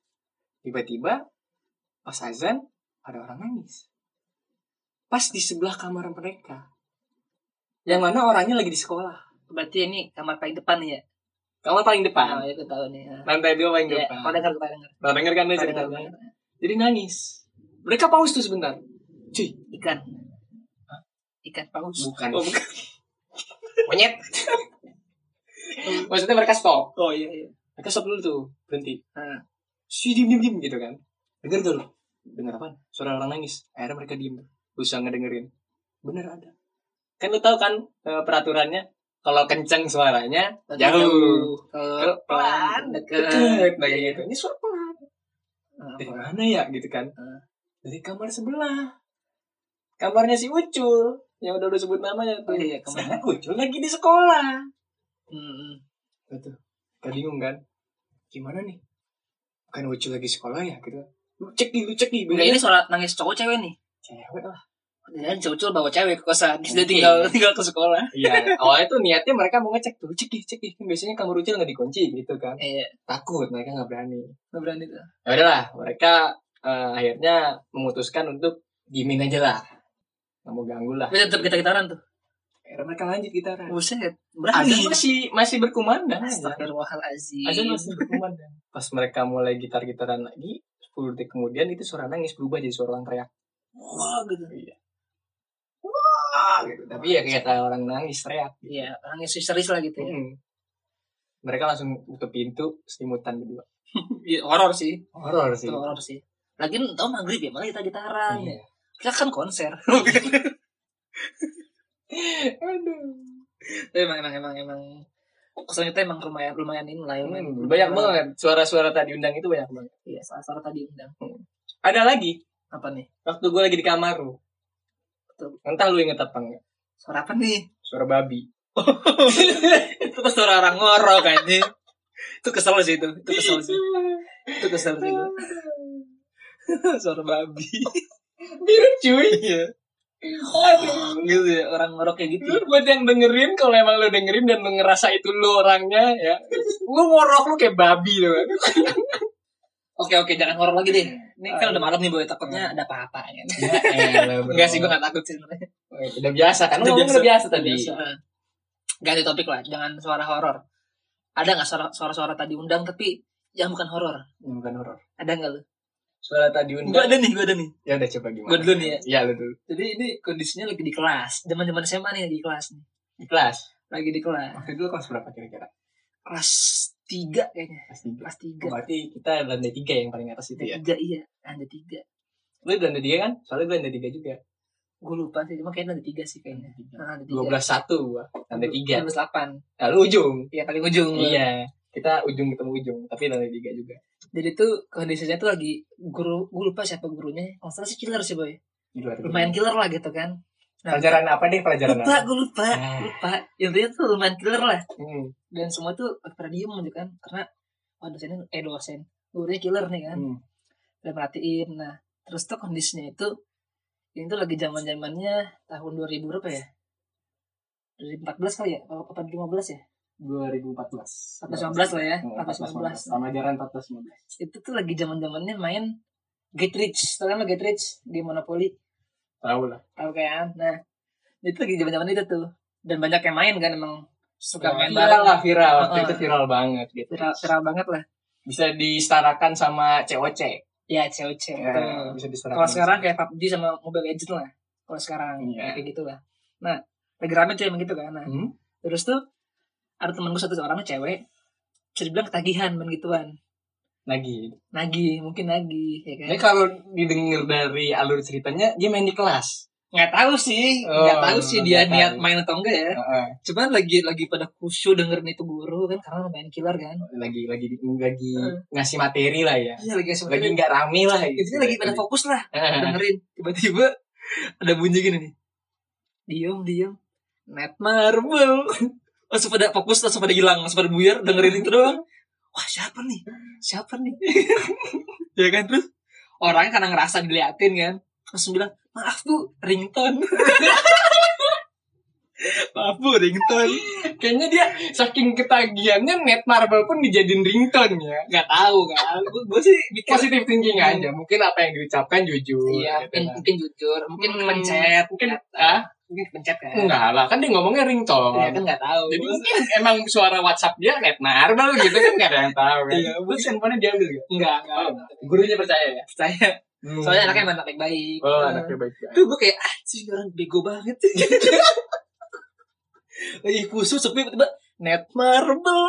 Speaker 2: Tiba-tiba, pas azan, ada orang nangis. Pas di sebelah kamar mereka. Yang mana orangnya lagi di sekolah.
Speaker 1: Berarti ini kamar paling depan nih ya.
Speaker 2: Kamar paling
Speaker 1: Oh,
Speaker 2: depan.
Speaker 1: ya gue tahu nih. Ya.
Speaker 2: Lantai dua paling
Speaker 1: Ya,
Speaker 2: depan.
Speaker 1: kau dengar kau dengar.
Speaker 2: Nah, denger kan dia
Speaker 1: Kau dengar,
Speaker 2: ceritanya.
Speaker 1: kau dengar.
Speaker 2: Jadi nangis. Mereka pause tuh sebentar. Cuy,
Speaker 1: Ikan. Ikan paus.
Speaker 2: bukan.
Speaker 1: Oh, bukan.
Speaker 2: Monyet. Maksudnya mereka stop.
Speaker 1: Oh iya iya.
Speaker 2: Mereka stop dulu tuh, berhenti.
Speaker 1: Nah,
Speaker 2: Sih diem diem diem gitu kan. Dengar tuh. Dengar apa? Suara orang nangis. Akhirnya mereka diem tuh. Berusaha ngedengerin. Bener ada. Kan lu tahu kan eh, peraturannya kalau kenceng suaranya
Speaker 1: berarti
Speaker 2: jauh.
Speaker 1: Kalau
Speaker 2: Kalau
Speaker 1: pelan Iya.
Speaker 2: pelan
Speaker 1: dekat.
Speaker 2: Nah, kayak gitu. Ini suara pelan.
Speaker 1: Nah,
Speaker 2: dari
Speaker 1: apa?
Speaker 2: mana ya gitu kan
Speaker 1: Heeh.
Speaker 2: dari kamar sebelah kamarnya si Ucul yang udah lu sebut namanya tuh
Speaker 1: Oh iya, kamar.
Speaker 2: Sekarang Ucul lagi di sekolah
Speaker 1: Hmm.
Speaker 2: betul kita Gitu. bingung kan gimana nih bukan Ucul lagi sekolah ya gitu lu cek nih lu cek nih
Speaker 1: Nah, ini soal nangis cowok cewek nih.
Speaker 2: cewek lah
Speaker 1: Dan cowok Ya, bawa cewek ke kosan. Terus Dia
Speaker 2: Mungkin.
Speaker 1: tinggal tinggal ke sekolah.
Speaker 2: iya awalnya tuh niatnya mereka mau ngecek tuh cek nih cek nih Kan biasanya kamar Ucul nggak dikunci gitu kan
Speaker 1: Iya,
Speaker 2: takut mereka nggak berani
Speaker 1: nggak berani tuh.
Speaker 2: ya udahlah mereka eh, akhirnya memutuskan untuk diemin aja lah nggak mau ganggu lah
Speaker 1: Tapi tetap kita gitaran tuh.
Speaker 2: akhirnya mereka lanjut gitaran
Speaker 1: Buset,
Speaker 2: Azan
Speaker 1: berani.
Speaker 2: masih masih berkumandang. Azan
Speaker 1: Astagfirullahalazim.
Speaker 2: Azan masih berkumandang. Pas mereka mulai gitar-gitaran lagi, 10 detik kemudian itu suara nangis berubah jadi suara orang teriak.
Speaker 1: Wah, gitu.
Speaker 2: Iya. Wah, gitu. Tapi ya kayak kayak orang nangis teriak.
Speaker 1: Iya, nangis histeris lah gitu ya.
Speaker 2: Mm. Mereka langsung tutup pintu, selimutan berdua.
Speaker 1: Iya, horor sih. Iya.
Speaker 2: Horor sih.
Speaker 1: Itu horor sih. Lagian tau maghrib ya, malah kita gitaran ya.
Speaker 2: Iya.
Speaker 1: Kita kan konser.
Speaker 2: Iya. Aduh.
Speaker 1: Tapi emang emang emang emang kesannya kita emang lumayan lumayan ini lah lumayan.
Speaker 2: Hmm, banyak banget suara-suara tadi undang itu banyak banget.
Speaker 1: Iya, suara-suara tadi undang.
Speaker 2: Ada lagi
Speaker 1: Apa nih?
Speaker 2: waktu gue lagi di kamar lu.
Speaker 1: Betul.
Speaker 2: Entah lu inget apa enggak.
Speaker 1: Suara apa nih?
Speaker 2: Suara babi.
Speaker 1: itu kan suara orang ngorok anjing. itu kesel sih itu. Itu kesel sih. Itu kesel sih. gua. suara babi.
Speaker 2: Biru cuy.
Speaker 1: gitu ya, orang ngorok kayak gitu.
Speaker 2: Lu Iya. buat yang dengerin kalau emang lu dengerin dan lu ngerasa itu lu orangnya ya. lu ngorok lu kayak babi lu.
Speaker 1: Oke oke, jangan ngorok lagi deh. Ini kan udah malam nih, boy.
Speaker 2: Hmm.
Speaker 1: Takutnya ada apa-apa ya.
Speaker 2: Enggak
Speaker 1: Enggak sih, gue gak takut sih sebenarnya.
Speaker 2: Udah biasa kan. Lu
Speaker 1: Iya. Udah
Speaker 2: ngomong
Speaker 1: biasa.
Speaker 2: udah biasa tadi.
Speaker 1: Biasa. ganti topik lah jangan suara horor ada nggak suara- suara-suara tadi undang tapi yang bukan horor
Speaker 2: Ini bukan horor.
Speaker 1: ada nggak lu
Speaker 2: Suara tadi
Speaker 1: gue
Speaker 2: undang.
Speaker 1: ada nih gue ada nih
Speaker 2: Ya udah coba gimana?
Speaker 1: gue dulu nih ya
Speaker 2: Ya lu dulu.
Speaker 1: jadi ini kondisinya lagi di kelas zaman zaman SMA nih lagi di kelas nih
Speaker 2: Di kelas.
Speaker 1: lagi di kelas
Speaker 2: Waktu itu kelas berapa kira-kira?
Speaker 1: kelas tiga kayaknya
Speaker 2: Kelas tiga.
Speaker 1: kelas
Speaker 2: Oh,
Speaker 1: tiga
Speaker 2: berarti kita lantai tiga yang paling atas itu ya.
Speaker 1: ada tiga iya ada tiga
Speaker 2: Lu lantai tiga kan? Soalnya gue lantai tiga juga.
Speaker 1: gue lupa sih cuma kayaknya ada tiga sih kayaknya Ah, ada tiga
Speaker 2: Dua belas satu gua. Lantai tiga.
Speaker 1: 28
Speaker 2: Nah, lu ujung.
Speaker 1: Iya paling ujung
Speaker 2: Iya. Kita ujung ketemu ujung. Tapi lantai tiga juga.
Speaker 1: Jadi tuh kondisinya tuh lagi guru gue lupa siapa gurunya. Kalau nggak salah sih killer sih boy.
Speaker 2: Di luar itu.
Speaker 1: Lumayan killer lah gitu kan. Nah,
Speaker 2: Pelajaran apa deh pelajaran
Speaker 1: Lupa
Speaker 2: apa?
Speaker 1: gue lupa
Speaker 2: Ah.
Speaker 1: lupa. Ya, Intinya tuh lumayan killer lah.
Speaker 2: Hmm.
Speaker 1: Dan semua tuh pada diem gitu kan karena wah dosennya eh dosen gurunya killer nih kan.
Speaker 2: Hmm.
Speaker 1: Udah merhatiin. Nah terus tuh kondisinya itu ini tuh lagi zaman zamannya tahun 2000 berapa ya? 2014 kali ya? Apa apa 2015 ya?
Speaker 2: 2014.
Speaker 1: 2019 lah
Speaker 2: iya,
Speaker 1: ya. 2019.
Speaker 2: 14 Sama ajaran 14 15.
Speaker 1: itu tuh lagi zaman zamannya main get rich tau kan lo get rich di monopoli
Speaker 2: Tahu lah.
Speaker 1: tau kan nah itu lagi zaman zaman itu tuh dan banyak yang main kan emang suka main
Speaker 2: viral
Speaker 1: bareng
Speaker 2: lah viral waktu
Speaker 1: Heeh.
Speaker 2: itu viral banget
Speaker 1: iya.
Speaker 2: gitu.
Speaker 1: viral, viral banget lah
Speaker 2: Bisa disetarakan sama COC.
Speaker 1: ya COC
Speaker 2: Ya,
Speaker 1: betul.
Speaker 2: bisa disetarakan.
Speaker 1: kalau sekarang kayak PUBG sama Mobile Legends lah kalau sekarang
Speaker 2: Iya.
Speaker 1: kayak gitu lah nah lagi rame tuh emang gitu kan nah
Speaker 2: Hmm?
Speaker 1: terus tuh ada temen gue satu orang cewek bisa dibilang ketagihan main gituan
Speaker 2: lagi.
Speaker 1: nagih mungkin nagih ya kan
Speaker 2: Jadi kalau didengar dari alur ceritanya dia main di kelas.
Speaker 1: nggak tahu sih
Speaker 2: Oh,
Speaker 1: nggak tahu sih dia
Speaker 2: nggak
Speaker 1: niat
Speaker 2: tahu.
Speaker 1: main atau enggak ya
Speaker 2: Heeh.
Speaker 1: cuman lagi lagi pada khusyuk dengerin itu guru kan karena main killer kan
Speaker 2: lagi lagi lagi
Speaker 1: Heeh.
Speaker 2: ngasih materi lah ya.
Speaker 1: iya lagi
Speaker 2: Lagi
Speaker 1: sebenarnya
Speaker 2: nggak Iya. rame lah. gitu.
Speaker 1: intinya lagi pada fokus lah
Speaker 2: Heeh.
Speaker 1: dengerin tiba-tiba ada bunyi gini nih diem diem net marble langsung pada fokus langsung pada hilang langsung pada buyar dengerin itu doang wah siapa nih siapa nih ya kan terus orangnya karena ngerasa diliatin kan langsung bilang maaf bu ringtone maaf bu ringtone
Speaker 2: Kayaknya dia saking ketagihannya net marble pun dijadiin ringtone ya.
Speaker 1: nggak tahu kan gue sih mikir
Speaker 2: Positive thinking
Speaker 1: Hmm.
Speaker 2: aja. Mungkin apa yang diucapkan jujur.
Speaker 1: Iya,
Speaker 2: gitu
Speaker 1: mungkin,
Speaker 2: lah.
Speaker 1: mungkin jujur, mungkin
Speaker 2: Hmm,
Speaker 1: kepencet,
Speaker 2: mungkin
Speaker 1: nggak tahu.
Speaker 2: ah
Speaker 1: mungkin kepencet kan?
Speaker 2: enggak lah kan dia ngomongnya ringtone.
Speaker 1: Iya kan nggak tahu.
Speaker 2: Jadi mungkin emang suara WhatsApp dia net marble gitu kan nggak ada yang tahu kan.
Speaker 1: Iya,
Speaker 2: Terus handphonenya diambil gitu.
Speaker 1: enggak, enggak.
Speaker 2: Oh, gurunya percaya ya.
Speaker 1: Percaya. Soalnya anaknya emang anak baik.
Speaker 2: Oh, anaknya baik banget.
Speaker 1: Tuh gue kayak ah, sih ini orang bego banget. Lagi khusus sepi tiba-tiba net marble.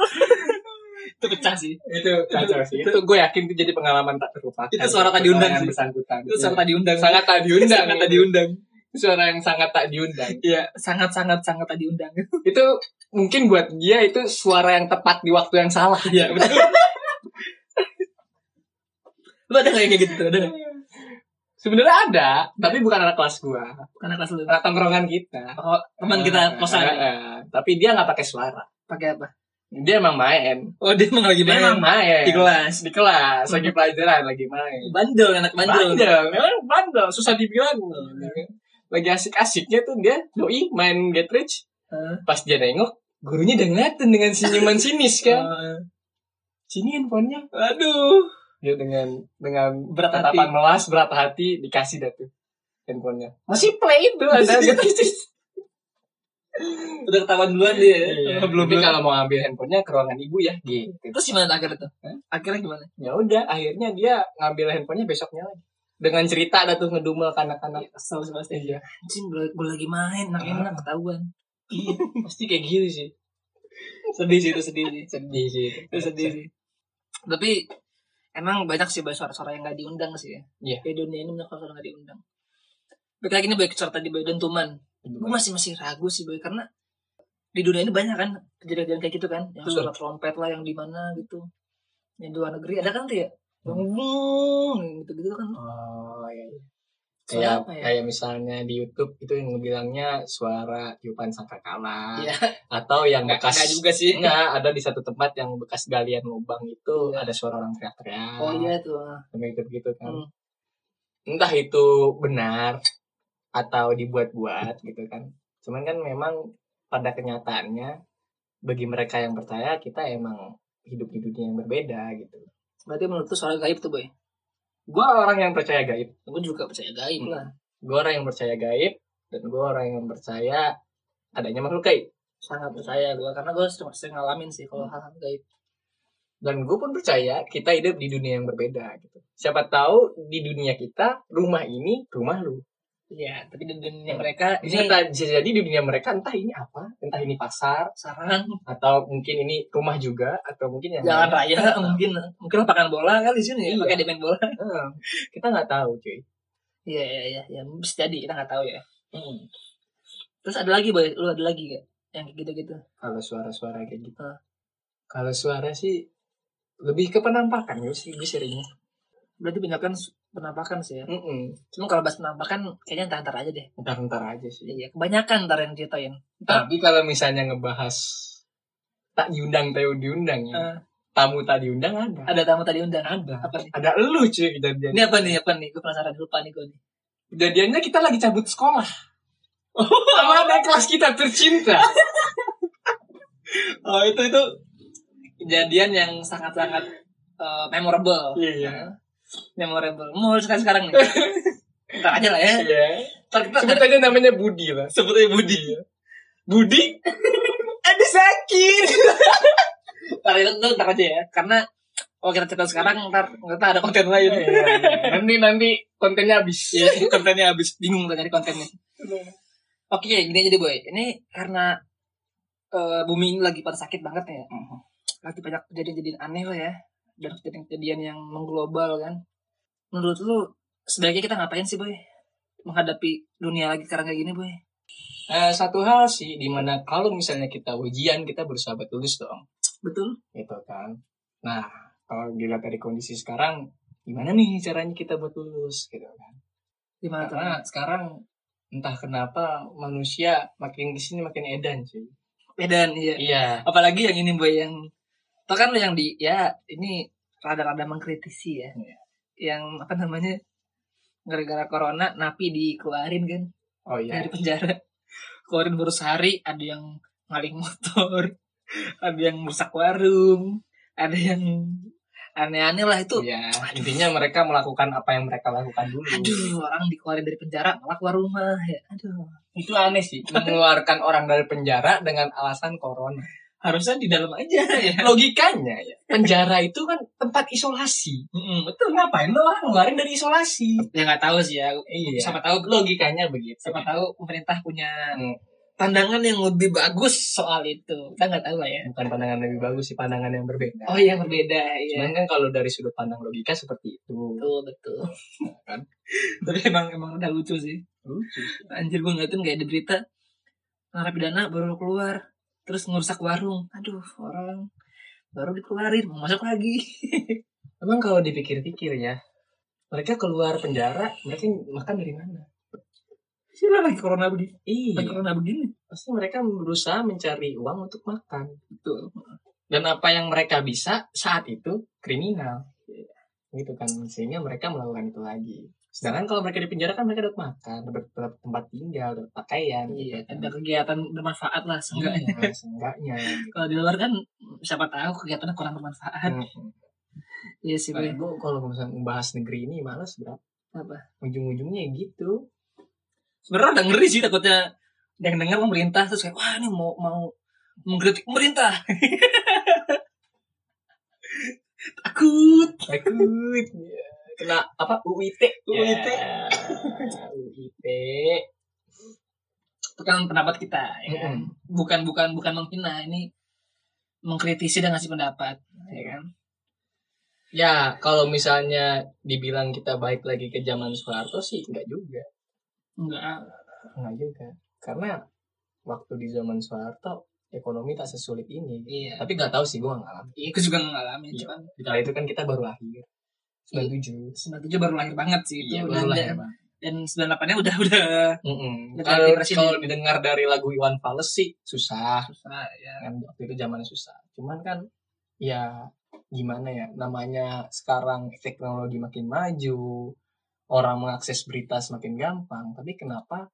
Speaker 1: itu pecah sih.
Speaker 2: Itu kacau sih.
Speaker 1: Itu-
Speaker 2: Itu gue yakin itu jadi pengalaman tak terlupakan.
Speaker 1: Itu suara tadi undang
Speaker 2: Pertanyaan
Speaker 1: sih.
Speaker 2: bersangkutan.
Speaker 1: Itu
Speaker 2: Iya.
Speaker 1: sangat tadi undang.
Speaker 2: sangat tak diundang. iya.
Speaker 1: sangat tadi undang.
Speaker 2: Suara yang sangat tak diundang.
Speaker 1: Iya, sangat sangat sangat tadi undang.
Speaker 2: itu mungkin buat dia itu suara yang tepat di waktu yang salah.
Speaker 1: Iya, betul. Lu ada nggak yang kayak gitu? Ada nggak?
Speaker 2: Sebenarnya ada, tapi bukan anak kelas gua.
Speaker 1: Karena kelas lu.
Speaker 2: Anak tongkrongan kita.
Speaker 1: Oh, teman kita kosan
Speaker 2: Eh,
Speaker 1: ya?
Speaker 2: eh, tapi dia nggak pakai suara.
Speaker 1: pakai apa?
Speaker 2: Dia emang main.
Speaker 1: Oh dia emang lagi
Speaker 2: Dia emang
Speaker 1: main
Speaker 2: main.
Speaker 1: di kelas.
Speaker 2: Di kelas, lagi pelajaran, lagi main.
Speaker 1: Bandel anak Hmm. bandel. Hmm.
Speaker 2: bandel memang bandel susah dibilang lagi asik-asiknya tuh dia doi main get rich
Speaker 1: Heeh.
Speaker 2: pas dia nengok gurunya udah ngeliatin dengan senyuman sinis kan
Speaker 1: Heeh.
Speaker 2: sini handphonenya
Speaker 1: Aduh.
Speaker 2: dia dengan dengan
Speaker 1: Berat hati.
Speaker 2: tatapan melas berat hati dikasih dah tuh handphonenya masih play itu ada get rich
Speaker 1: Udah ketahuan duluan dia.
Speaker 2: Iya.
Speaker 1: Belum
Speaker 2: Tapi
Speaker 1: belum.
Speaker 2: kalau mau ambil handphonenya ke ruangan ibu ya gitu
Speaker 1: Terus gimana akhirnya tuh?
Speaker 2: Hah?
Speaker 1: Akhirnya gimana?
Speaker 2: ya udah akhirnya dia ngambil handphonenya besoknya lagi dengan cerita ada tuh ngedumel ke anak-anak
Speaker 1: Kesel sih pasti.
Speaker 2: iya
Speaker 1: Anjing gue lagi main, anak
Speaker 2: Ah.
Speaker 1: enak ketahuan.
Speaker 2: pasti kayak gitu sih
Speaker 1: Iya. Sedih sih itu sedih sih.
Speaker 2: sedih sih
Speaker 1: Itu sedih sih. Iya. Tapi emang banyak sih Bay, suara-suara yang gak diundang sih ya.
Speaker 2: Iya.
Speaker 1: Di dunia ini banyak suara-suara yang gak diundang. Baik lagi nih baik suara tadi Bay dan Tuman. gue masih masih ragu sih boy karena di dunia ini banyak kan kejadian-kejadian kayak gitu kan yang
Speaker 2: Betul.
Speaker 1: suara trompet lah yang di mana gitu yang di luar negeri ada kan tuh ya yang gitu gitu kan
Speaker 2: Oh iya. iya.
Speaker 1: Suara
Speaker 2: Kayak
Speaker 1: apa ya?
Speaker 2: kayak misalnya di YouTube itu yang bilangnya suara tiupan sangkakala
Speaker 1: Iya.
Speaker 2: atau yang
Speaker 1: nggak
Speaker 2: bekas
Speaker 1: nggak juga sih
Speaker 2: Nggak, ada di satu tempat yang bekas galian lubang itu ada suara orang
Speaker 1: Iya.
Speaker 2: teriak-teriak.
Speaker 1: oh iya tuh
Speaker 2: Gitu, gitu kan.
Speaker 1: Hmm.
Speaker 2: Entah itu benar atau dibuat-buat gitu kan. Cuman kan memang pada kenyataannya bagi mereka yang percaya kita emang hidup di dunia yang berbeda gitu.
Speaker 1: berarti menurut tuh suara gaib tuh boy
Speaker 2: Gua orang yang percaya gaib.
Speaker 1: gue juga percaya gaib
Speaker 2: Hmm.
Speaker 1: lah
Speaker 2: gue orang yang percaya gaib dan gue orang yang percaya adanya makhluk gaib
Speaker 1: sangat percaya gue karena gue cuma sering ngalamin sih kalau hal-hal gaib
Speaker 2: dan gue pun percaya kita hidup di dunia yang berbeda gitu siapa tahu di dunia kita rumah ini rumah lu
Speaker 1: Iya, tapi di dunia mereka
Speaker 2: bisa,
Speaker 1: ini
Speaker 2: ta- bisa jadi di dunia mereka entah ini apa entah ini pasar
Speaker 1: sarang
Speaker 2: atau mungkin ini rumah juga atau mungkin yang
Speaker 1: jalan
Speaker 2: lain.
Speaker 1: raya mungkin mungkin lapangan bola kali di sini ya,
Speaker 2: Iya.
Speaker 1: pakai dia main bola.
Speaker 2: Eh, kita nggak tahu cuy
Speaker 1: Iya iya iya, ya. bisa jadi kita nggak tahu ya. Terus ada lagi boy, lu ada lagi gak yang kayak gitu-gitu?
Speaker 2: kalau suara-suara kayak gitu
Speaker 1: Ah.
Speaker 2: kalau suara sih lebih ke penampakan gue sih gue seringnya
Speaker 1: Berarti banyak kan s- penampakan sih ya.
Speaker 2: Mm-mm.
Speaker 1: Cuma kalau bahas penampakan kayaknya entar entar aja deh.
Speaker 2: ntar ntar aja sih
Speaker 1: Iya, kebanyakan ntar yang ceritain. Ntar,
Speaker 2: tapi kalau misalnya ngebahas tak diundang tak diundang ya
Speaker 1: eh,
Speaker 2: tamu tak diundang ada
Speaker 1: ada tamu tadi undang.
Speaker 2: ada
Speaker 1: Apa nih?
Speaker 2: ada elu cuy kejadian
Speaker 1: Ini apa nih? Apa nih? Gue penasaran lupa nih gue nih.
Speaker 2: kejadiannya kita lagi cabut sekolah sama ada kelas kita tercinta
Speaker 1: Oh itu itu kejadian yang sangat-sangat eh, memorable.
Speaker 2: iya
Speaker 1: Memorable. Mau cerita sekarang nih. Ntar aja lah ya.
Speaker 2: iya
Speaker 1: Ntar kita
Speaker 2: sebut aja namanya Budi lah Iya.
Speaker 3: Sebut aja Budi.
Speaker 2: Budi ada sakit
Speaker 1: ntar, itu ntar aja ya. Karena kalau kita cerita sekarang ntar nggak tahu ada konten lain.
Speaker 2: Iya, nanti nanti kontennya habis
Speaker 1: Iya, kontennya habis bingung tuh nyari kontennya. Oke, gini aja deh boy. Ini karena eh, bumi ini lagi pada sakit banget ya. Lagi banyak kejadian-kejadian aneh lah ya. Dan kejadian-kejadian yang mengglobal kan. Menurut lu sebaiknya kita ngapain sih boy? Menghadapi dunia lagi sekarang kayak gini boy.
Speaker 2: Eh, satu hal sih dimana kalau misalnya kita ujian kita bersahabat lulus dong
Speaker 1: Betul.
Speaker 2: gitu kan nah kalau dilihat dari kondisi sekarang gimana nih caranya kita buat lulus gitu kan
Speaker 1: Gimana tuh?
Speaker 2: karena sekarang entah kenapa manusia makin kesini makin edan cuy
Speaker 1: Medan iya.
Speaker 2: iya
Speaker 1: Apalagi yang ini boy yang Tau kan lu yang di ya ini rada-rada mengkritisi ya.
Speaker 2: Iya.
Speaker 1: Yang apa namanya? Gara-gara corona napi dikeluarin kan.
Speaker 2: oh iya
Speaker 1: dari penjara keluarin baru sehari ada yang maling motor ada yang merusak warung ada yang aneh-aneh lah itu
Speaker 2: iya intinya mereka melakukan apa yang mereka lakukan dulu
Speaker 1: aduh orang dikeluarin dari penjara malah keluar rumah ya aduh
Speaker 2: itu aneh sih mengeluarkan orang dari penjara dengan alasan corona
Speaker 1: harusnya di dalam aja ya
Speaker 2: logikanya ya penjara itu kan tempat isolasi betul ngapain lo orang ngeluarin dari isolasi
Speaker 1: ya nggak tahu sih ya
Speaker 2: iya
Speaker 1: sama tahu
Speaker 2: logikanya begitu
Speaker 1: sama tahu pemerintah punya
Speaker 2: Hmm.
Speaker 1: pandangan yang lebih bagus soal itu kita nggak tahu lah ya
Speaker 2: bukan pandangan lebih bagus sih pandangan yang berbeda
Speaker 1: oh iya berbeda ya
Speaker 2: cuman kan kalau dari sudut pandang logika seperti itu
Speaker 1: betul betul
Speaker 2: Kan?
Speaker 1: tapi emang emang udah lucu sih
Speaker 2: lucu
Speaker 1: anjir gue ngeliatin kayak di berita narapidana baru keluar terus ngerusak warung aduh orang baru dikeluarin mau masuk lagi
Speaker 2: Emang kalau dipikir-pikir ya, mereka keluar penjara, mereka makan dari mana?
Speaker 1: sila lagi corona begini lagi
Speaker 2: Iya.
Speaker 1: corona begini
Speaker 2: Pasti mereka berusaha mencari uang untuk makan.
Speaker 1: betul
Speaker 2: Dan apa yang mereka bisa saat itu kriminal. Gitu kan, sehingga mereka melakukan itu lagi. Sedangkan kalau mereka di penjara kan mereka dapat makan, dapat, dapat tempat tinggal, dapat pakaian.
Speaker 1: iya ya?
Speaker 2: gitu kan.
Speaker 1: ada kegiatan bermanfaat lah seenggaknya
Speaker 2: Iya, seenggaknya. gitu.
Speaker 1: kalau di luar kan siapa tahu kegiatannya kurang bermanfaat
Speaker 2: Mm.
Speaker 1: iya sih
Speaker 2: Nah,
Speaker 1: gue
Speaker 2: gua kalau misalnya membahas negeri ini males berapa?
Speaker 1: apa
Speaker 2: Ujung-ujungnya gitu.
Speaker 1: sebenarnya udah ngeri sih takutnya yang denger pemerintah terus kayak wah ini mau mau mengkritik pemerintah takut
Speaker 2: Takut. ya. Kena apa? UIT.
Speaker 1: UIT.
Speaker 2: Ya, UIT.
Speaker 1: itu kan pendapat kita ya kan? bukan bukan bukan menghina ini mengkritisi dan ngasih pendapat ya kan
Speaker 2: Ya, kalau misalnya dibilang kita balik lagi ke zaman Soeharto sih enggak juga.
Speaker 1: enggak ah,
Speaker 2: Enggak juga. Karena waktu di zaman Soeharto ekonomi tak sesulit ini.
Speaker 1: iya
Speaker 2: Tapi nggak tahu sih gua nggak ngalamin.
Speaker 1: iya aku juga ngalamin
Speaker 2: Iya.
Speaker 1: cuman
Speaker 2: Kala itu kan kita baru lahir. 97.
Speaker 1: 97 baru lahir banget sih itu
Speaker 2: Iya,
Speaker 1: dan,
Speaker 2: baru lahir,
Speaker 1: dan,
Speaker 2: Bang.
Speaker 1: dan 98 nya udah udah
Speaker 2: Mm-mm.
Speaker 1: Dan
Speaker 2: Kalau
Speaker 1: ganti presiden.
Speaker 2: kalau didengar dari lagu Iwan Fals sih susah.
Speaker 1: susah ya
Speaker 2: kan waktu itu zaman susah cuman kan ya gimana ya namanya sekarang teknologi makin maju orang mengakses berita semakin gampang tapi kenapa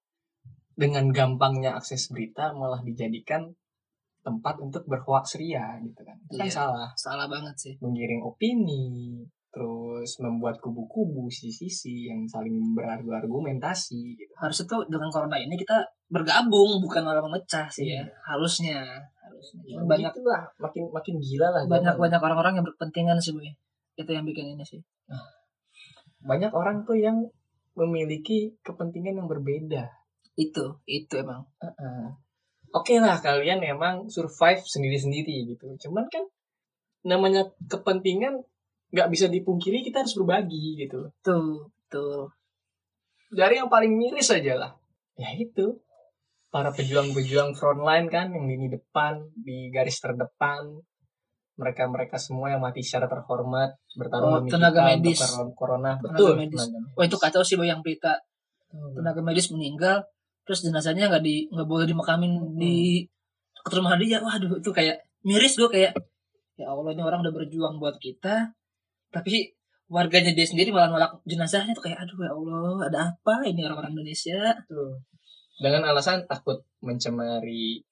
Speaker 2: dengan gampangnya akses berita malah dijadikan tempat untuk berhoaks ria gitu kan itu kan
Speaker 1: Iya.
Speaker 2: salah
Speaker 1: salah banget sih
Speaker 2: menggiring opini terus membuat kubu-kubu sisi-sisi yang saling berargumentasi gitu.
Speaker 1: harusnya tuh dengan corona ini kita bergabung bukan malah memecah sih
Speaker 2: Iya.
Speaker 1: ya harusnya harusnya
Speaker 2: Ya,
Speaker 1: Nah, banyak
Speaker 2: begitulah, makin makin gila lah zaman.
Speaker 1: banyak banyak orang-orang yang berkepentingan sih boy itu yang bikin ini sih
Speaker 2: banyak orang tuh yang memiliki kepentingan yang berbeda
Speaker 1: itu itu emang
Speaker 2: Heeh. Oke lah kalian emang survive sendiri-sendiri gitu. Cuman kan namanya kepentingan nggak bisa dipungkiri kita harus berbagi gitu.
Speaker 1: tuh tuh
Speaker 2: Dari yang paling miris aja lah. Ya itu para pejuang-pejuang frontline kan yang lini depan di garis terdepan mereka-mereka semua yang mati secara terhormat bertarung
Speaker 1: Oh,
Speaker 2: demi
Speaker 1: tenaga
Speaker 2: kita
Speaker 1: medis.
Speaker 2: untuk corona- corona
Speaker 1: Tenaga
Speaker 2: betul
Speaker 1: medis.
Speaker 2: tenaga medis.
Speaker 1: wah itu kacau sih boy yang berita tenaga medis meninggal terus jenazahnya nggak di nggak boleh dimakamin
Speaker 2: Hmm.
Speaker 1: di dekat rumah dia waduh itu kayak miris gue kayak ya allah ini orang udah berjuang buat kita tapi warganya dia sendiri malah nolak jenazahnya tuh kayak aduh ya allah ada apa ini orang-orang Indonesia
Speaker 2: Betul. dengan alasan takut mencemari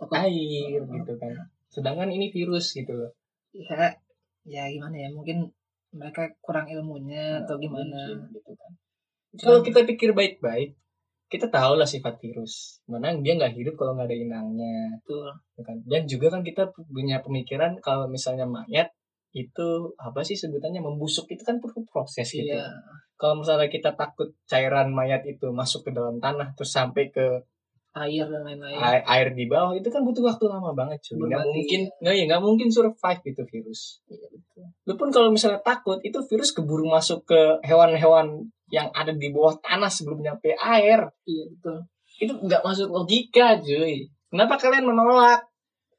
Speaker 1: Takut-
Speaker 2: air gitu kan sedangkan ini virus gitu loh
Speaker 1: ya ya gimana ya mungkin mereka kurang ilmunya atau
Speaker 2: Ya, Mungkin
Speaker 1: gimana
Speaker 2: gitu kan
Speaker 1: Cuman-
Speaker 2: kalau kita pikir baik-baik kita tahu lah sifat virus mana dia nggak hidup kalau nggak ada inangnya
Speaker 1: betul
Speaker 2: gitu kan dan juga kan kita punya pemikiran kalau misalnya mayat itu apa sih sebutannya membusuk itu kan perlu proses gitu
Speaker 1: iya
Speaker 2: kalau misalnya kita takut cairan mayat itu masuk ke dalam tanah terus sampai ke
Speaker 1: air dan lain-lain
Speaker 2: air, air di bawah itu kan butuh waktu lama Iya. banget cuy nggak
Speaker 1: Berbati.
Speaker 2: mungkin nggak ya nggak mungkin survive itu virus
Speaker 1: Iya,
Speaker 2: lu pun kalau misalnya takut itu virus keburu masuk ke hewan-hewan yang ada di bawah tanah sebelum nyampe air
Speaker 1: iya betul
Speaker 2: itu nggak masuk logika cuy kenapa kalian menolak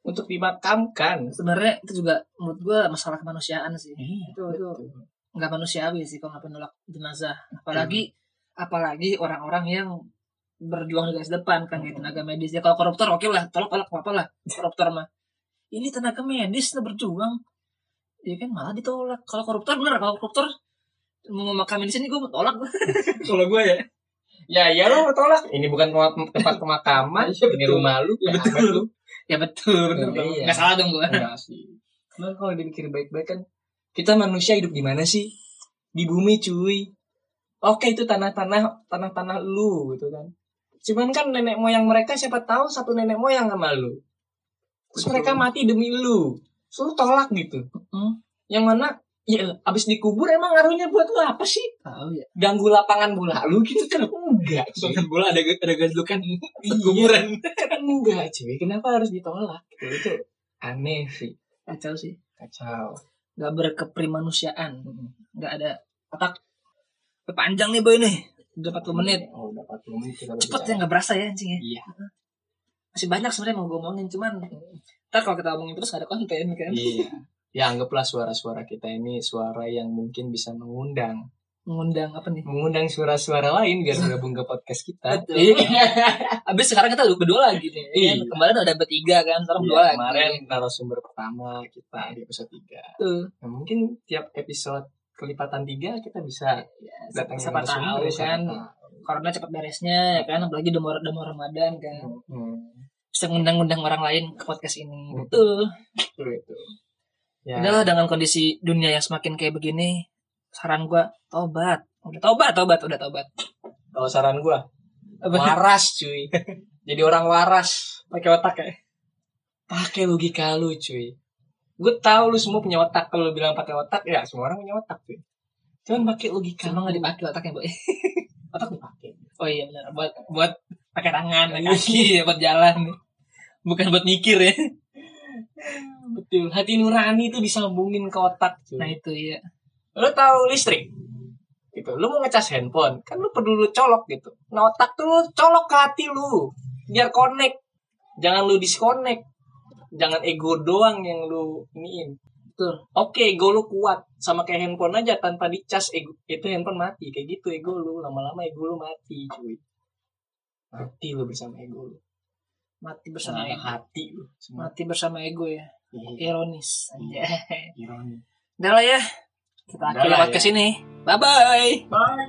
Speaker 2: untuk dimakamkan
Speaker 1: sebenarnya itu juga menurut gue masalah kemanusiaan sih
Speaker 2: Iya,
Speaker 1: Betul, betul. nggak manusiawi sih kalau nggak menolak jenazah apalagi apalagi orang-orang yang berjuang di garis depan kan kayak tenaga medis ya kalau koruptor oke lah tolak tolak apa lah koruptor mah ini tenaga medis lah berjuang ya kan malah ditolak kalau koruptor bener kalau koruptor mau memakamin di sini gue tolak kalau gue ya
Speaker 2: ya ya lu tolak ini bukan tempat- tempat pemakaman
Speaker 1: Iya,
Speaker 2: ini
Speaker 1: betul.
Speaker 2: rumah lu
Speaker 1: Iya,
Speaker 2: kayak apa
Speaker 1: betul.
Speaker 2: lu?
Speaker 1: ya betul betul
Speaker 2: Iya,
Speaker 1: dong.
Speaker 2: iya.
Speaker 1: nggak salah dong gue
Speaker 2: Enggak sih. Cuman kalau dipikir baik-baik kan kita manusia hidup di mana sih? Di bumi cuy. Oke itu tanah-tanah tanah-tanah lu gitu kan. Cuman kan nenek moyang mereka siapa tahu satu nenek moyang sama lu. Terus
Speaker 1: Betul.
Speaker 2: mereka mati demi lu. Terus lu tolak gitu.
Speaker 1: Mm.
Speaker 2: Yang mana ya abis dikubur emang ngaruhnya buat lu apa sih?
Speaker 1: tahu ya
Speaker 2: Ganggu lapangan bola lu gitu kan enggak. cuy.
Speaker 3: Bahkan bola ada ada gajlukan
Speaker 2: Iya.
Speaker 3: kuburan.
Speaker 2: Kan enggak cuy. Kenapa harus ditolak? Gitu. Itu aneh sih.
Speaker 1: kacau sih
Speaker 2: Kacau.
Speaker 1: nggak berkeprimanusiaan nggak ada otak panjang nih boy nih udah 40 menit
Speaker 2: Oh, udah 40 menit kita
Speaker 1: cepet
Speaker 2: berbicara.
Speaker 1: ya nggak berasa ya anjing ya
Speaker 2: Iya.
Speaker 1: masih banyak sebenarnya mau gue omongin cuman ntar kalau kita omongin terus gak ada konten kan
Speaker 2: Iya. Ya anggaplah suara-suara kita ini suara yang mungkin bisa mengundang,
Speaker 1: mengundang apa nih
Speaker 2: mengundang suara-suara lain biar bergabung ke podcast kita.
Speaker 1: Betul. abis sekarang kita udah berdua lagi nih ya kan?
Speaker 2: Iya.
Speaker 1: kemarin ada bertiga kan sekarang berdua
Speaker 2: Iya,
Speaker 1: lagi
Speaker 2: kemarin narasumber pertama kita di episode 3.
Speaker 1: tuh
Speaker 2: Nah, mungkin tiap episode kelipatan 3 kita bisa
Speaker 1: ya,
Speaker 2: datang
Speaker 1: siapa tahu kan corona cepat beresnya ya kan apalagi udah mau udah mau ramadan
Speaker 2: Iya.
Speaker 1: kan
Speaker 2: Hmm,
Speaker 1: bisa ngundang-ngundang orang lain ke podcast ini gitu.
Speaker 2: Hmm.
Speaker 1: betul
Speaker 2: Itu itu. Ya.
Speaker 1: Udah dengan kondisi dunia yang semakin kayak begini saran gue tobat udah tobat tobat udah tobat
Speaker 2: Kalau saran gua
Speaker 1: Apa?
Speaker 2: waras cuy. Jadi orang waras.
Speaker 1: pakai otak ya
Speaker 2: pakai logika lu cuy gue tahu lu semua punya otak kalau lu bilang pakai otak ya semua orang punya otak cuy cuman pakai logika
Speaker 1: Emang nggak
Speaker 2: lu.
Speaker 1: dipakai otaknya boy
Speaker 2: otak dipakai
Speaker 1: Oh iya benar buat buat pakai tangan, pakai kaki, ya, buat jalan. Bukan buat mikir ya.
Speaker 2: betul hati nurani itu disambungin ke otak
Speaker 1: Nah
Speaker 2: cuy
Speaker 1: itu ya.
Speaker 2: lu tahu listrik gitu lu mau ngecas handphone kan lu perlu lu colok gitu nah otak tuh lu colok ke hati lu biar connect jangan lu disconnect jangan ego doang yang lu iniin
Speaker 1: Betul.
Speaker 2: Oke, ego lu kuat sama kayak handphone aja tanpa dicas ego itu handphone mati kayak gitu ego lu lama-lama ego lu mati cuy mati lu bersama ego lu
Speaker 1: Mati
Speaker 2: bersama
Speaker 1: bersama ego.
Speaker 2: hati lu semua
Speaker 1: Mati bersama ego ya.
Speaker 2: Iya,
Speaker 1: Ironis.
Speaker 2: Iya.
Speaker 1: Anjay.
Speaker 2: ironi
Speaker 1: Udah lah ya. Kita
Speaker 2: Udah
Speaker 1: akhiri
Speaker 2: lah
Speaker 1: podcast
Speaker 2: ya.
Speaker 1: ini. Bye bye.
Speaker 2: bye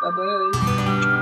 Speaker 1: Bye bye.